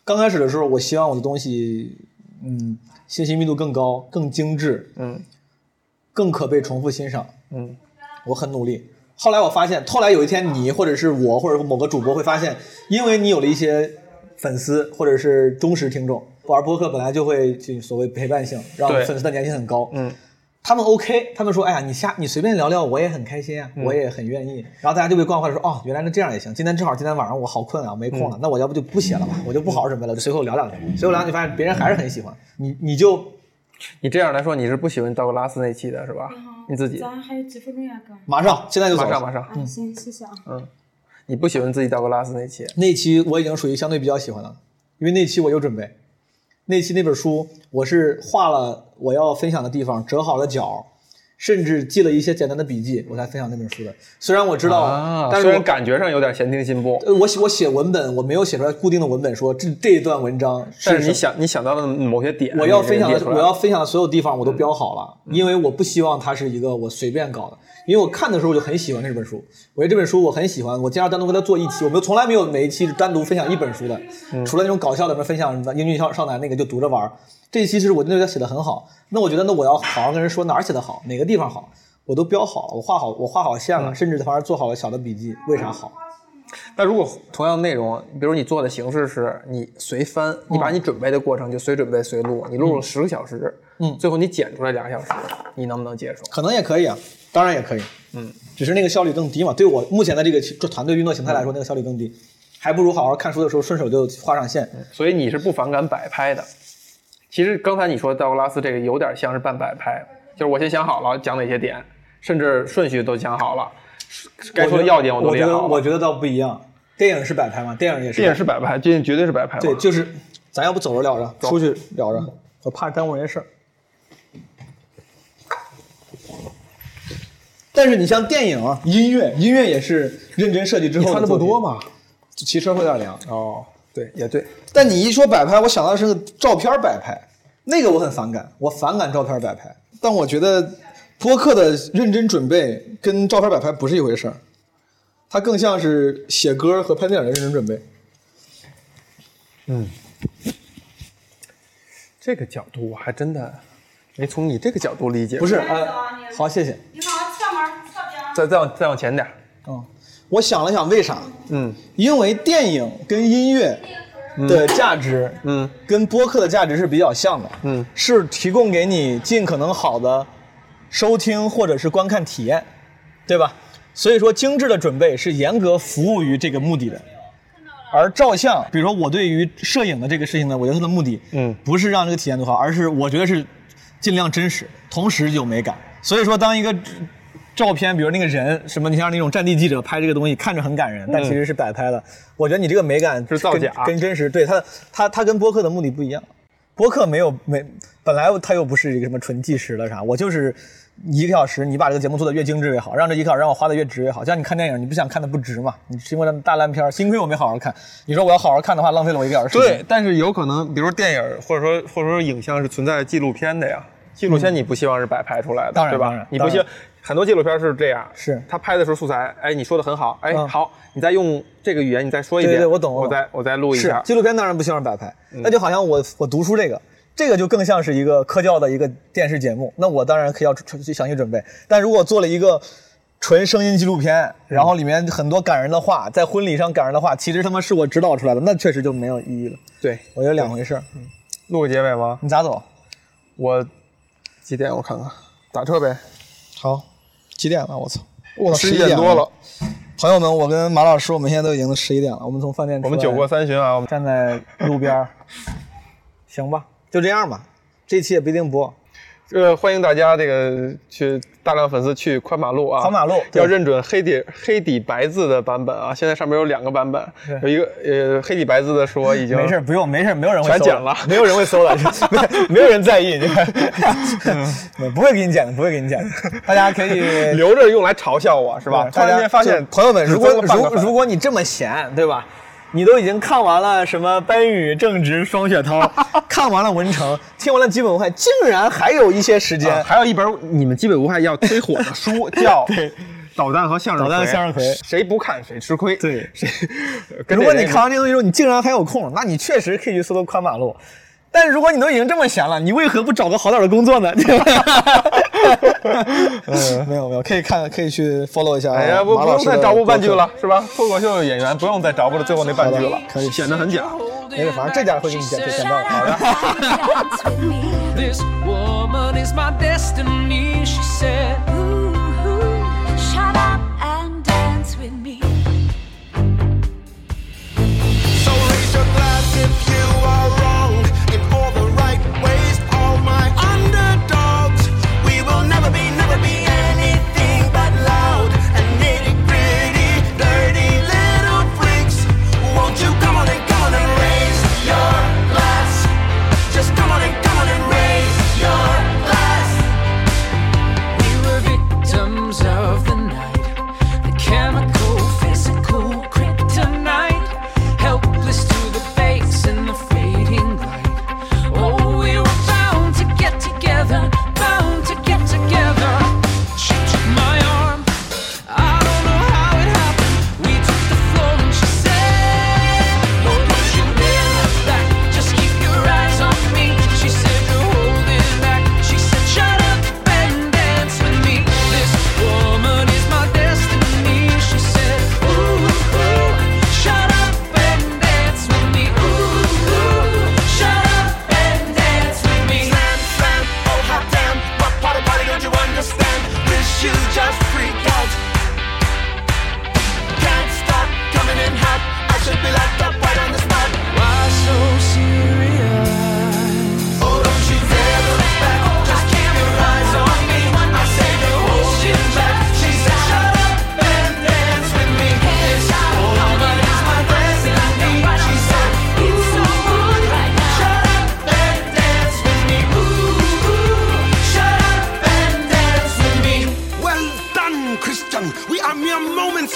刚开始的时候，我希望我的东西，嗯，信息密度更高、更精致，
嗯，
更可被重复欣赏，
嗯，
我很努力。后来我发现，后来有一天你或者是我或者某个主播会发现，因为你有了一些粉丝或者是忠实听众，玩播客本来就会就所谓陪伴性，让
对
粉丝的粘性很高，
嗯。
他们 OK，他们说，哎呀，你下你随便聊聊，我也很开心啊，
嗯
我也很愿意。然后大家就被惯坏了，说，哦，原来是这样也行。今天正好今天晚上我好困啊，没
嗯
空了，那我要不就不写了吧，我就不好好准备了，我就随口聊两句。随口聊两句，发现别人还是很喜欢你，你就
你这样来说，你是不喜欢道格拉斯那期的是吧？你自己
咱还有几分钟呀，哥？
马上现在就走
马
了
上马上，
啊，行，谢谢啊。
你不喜欢自己道格拉斯那期，
那期我已经属于相对比较喜欢了，因为那期我有准备。那期那本书我是画了我要分享的地方，折好了角，甚至记了一些简单的笔记，我才分享那本书的。虽然我知道，
啊
但是
虽
我
然感觉上有点闲庭信步，
呃我写我写文本，我没有写出来固定的文本说这这一段文章
但是你
什
想你想到的某些点，
我要
你给
分享
列
的，
出来嗯
我要分享的所有地方我都标好了，因为我不希望它是一个我随便搞的。因为我看的时候我就很喜欢这本书，我觉得这本书我很喜欢，我经常单独跟他做一期，我们从来没有每一期是单独分享一本书的，
嗯
除了那种搞笑的，什么分享什么英俊少少男那个就读着玩儿。这一期是我真的写的很好，那我觉得那我要好好跟人说哪儿写的好，哪个地方好，我都标好了，我画好我画好线
嗯
了，甚至反而做好了小的笔记，为啥好？
那如果同样的内容，比如你做的形式是你随翻，你把你准备的过程就随准备随录，你录了十个小时，
嗯
最后你剪出来两个小时，你能不能接受？
可能也可以啊，当然也可以，
嗯，
只是那个效率更低嘛。对我目前的这个这团队运作形态来说，
嗯
那个效率更低，还不如好好看书的时候顺手就画上线。
所以你是不反感摆拍的。其实刚才你说道格拉斯这个有点像是半摆拍，就是我先想好了讲哪些点，甚至顺序都想好了，该说的要点
我
都列
觉得
好了。
我觉得倒不一样，电影是摆拍嘛，电影也是
电影是摆拍，这绝对是摆拍嘛。
对，就是咱要不走着聊着，出去聊着，我怕耽误人家事儿。但是你像电影、啊音乐，音乐也是认真设计之后
你穿得不多
嘛，骑车会有点凉。
哦，对，也对。
但你一说摆拍，我想到的是个照片摆拍，那个我很反感，我反感照片摆拍。但我觉得播客的认真准备跟照片摆拍不是一回事儿，它更像是写歌和拍电影的认真准备。
这个角度我还真的没从你这个角度理解。
不是，呃，好，谢谢。
你好，侧门侧边。
再再往再往前点。
嗯，我想了想，为啥？
嗯
因为电影跟音乐的价值，
嗯
跟播客的价值是比较像的，
嗯，
是提供给你尽可能好的收听或者是观看体验，对吧？所以说，精致的准备是严格服务于这个目的的。而照相，比如说我对于摄影的这个事情呢，我觉得它的目的，
嗯，
不是让这个体验多好，而是我觉得是尽量真实，同时有美感。所以说，当一个照片，比如那个人什么，你像那种战地记者拍这个东西，看着很感人，但其实是摆拍的。我觉得你这个美感
嗯是造假
跟跟真实对它它它跟播客的目的不一样。播客没有没本来它又不是一个什么纯计时了啥，我就是一个小时，你把这个节目做的越精致越好，让这一个小时让我花的越值越好。像你看电影，你不想看的不值嘛？你是因为那大烂片儿，幸亏我没好好看。你说我要好好看的话，浪费了我一个小时。
对，，但是有可能，比如说电影，或者说或者说影像是存在纪录片的呀。纪录片你不希望是摆拍出来的，
嗯当然
对吧？
当然
你不希望很多纪录片是这样，
是
他拍的时候素材，哎，你说的很好，哎，
嗯
好，你再用这个语言，你再说一
对
遍，
对我懂我
我
懂
再我再录一
是
下，嗯
纪录片当然不希望摆拍，那就好像我我读书这个，这个就更像是一个科教的一个电视节目，那我当然可以要去详细准备。但如果做了一个纯声音纪录片，然后里面很多感人的话，在婚礼上感人的话，其实他妈是我指导出来的，那确实就没有意义了。
对，
我觉得两回事儿。
录个结尾吗？
你咋走？
我几点？我看看，打车呗。
好，几点了？我操！我操，
11
11
点多了。
朋友们，我跟马老师，我们现在都已经十一点了。我们从饭店出
我
来，
们酒过三巡啊，我们
站在路边儿，行吧，就这样吧。这期也不一定播，
呃，欢迎大家这个去大量粉丝去宽马路啊，
宽马路对
要认准黑底黑底白字的版本啊，现在上面有两个版本，有一个呃黑底白字的说已经
没事，不用，没事，没有人会
全
搜的
剪了
没有人会 搜的， 没没有人在意，你看，没嗯不会给你剪的，不会给你剪的，大家可以
留着用来嘲笑我是吧？
对
突
大
然
家
间发现
就，朋友们，如果
只增了半个
如
粉
如果你这么闲，对吧？你都已经看完了什么班宇、正直、双雪涛， 看完了文成，听完了基本无害，竟然还有一些时间
啊，还有一本你们基本无害要推火的 书叫《导弹和向日
导弹和
葵
向日葵
谁不看谁吃亏。
对
谁？跟
如果
这
你
人
看完这东西之后，你竟然还有空，那你确实可以去搜搜宽马路。但如果你都已经这么闲了，你为何不找个好点的工作呢？嗯， 没有没有，可以看，可以去 follow 一下。
哎呀，不不
马老
用
师
再
的
找补半句
博客，
了，是吧？脱口秀演员不用再找补了最后那半句了，
可以
显得很假。
没事，反正这家会给你剪剪到的。好的。
This woman is my destiny, she said. Ooh, ooh, shut up and dance with me.
So raise your glass if you are wrong. In all the right ways, all my underdogs. We will never be, never be anything but loud and nitty gritty, dirty little freaks. Won't you come on and come on and raise your glass? Just come on and come on and raise your glass. We will Oh,
Oh,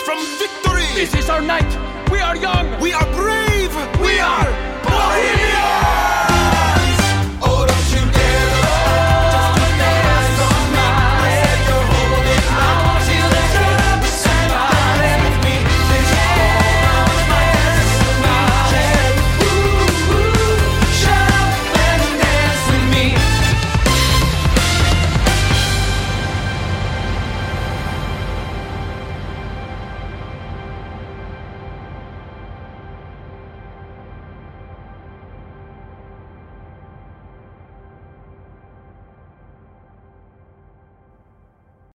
from victory. This is our night. We are young. We are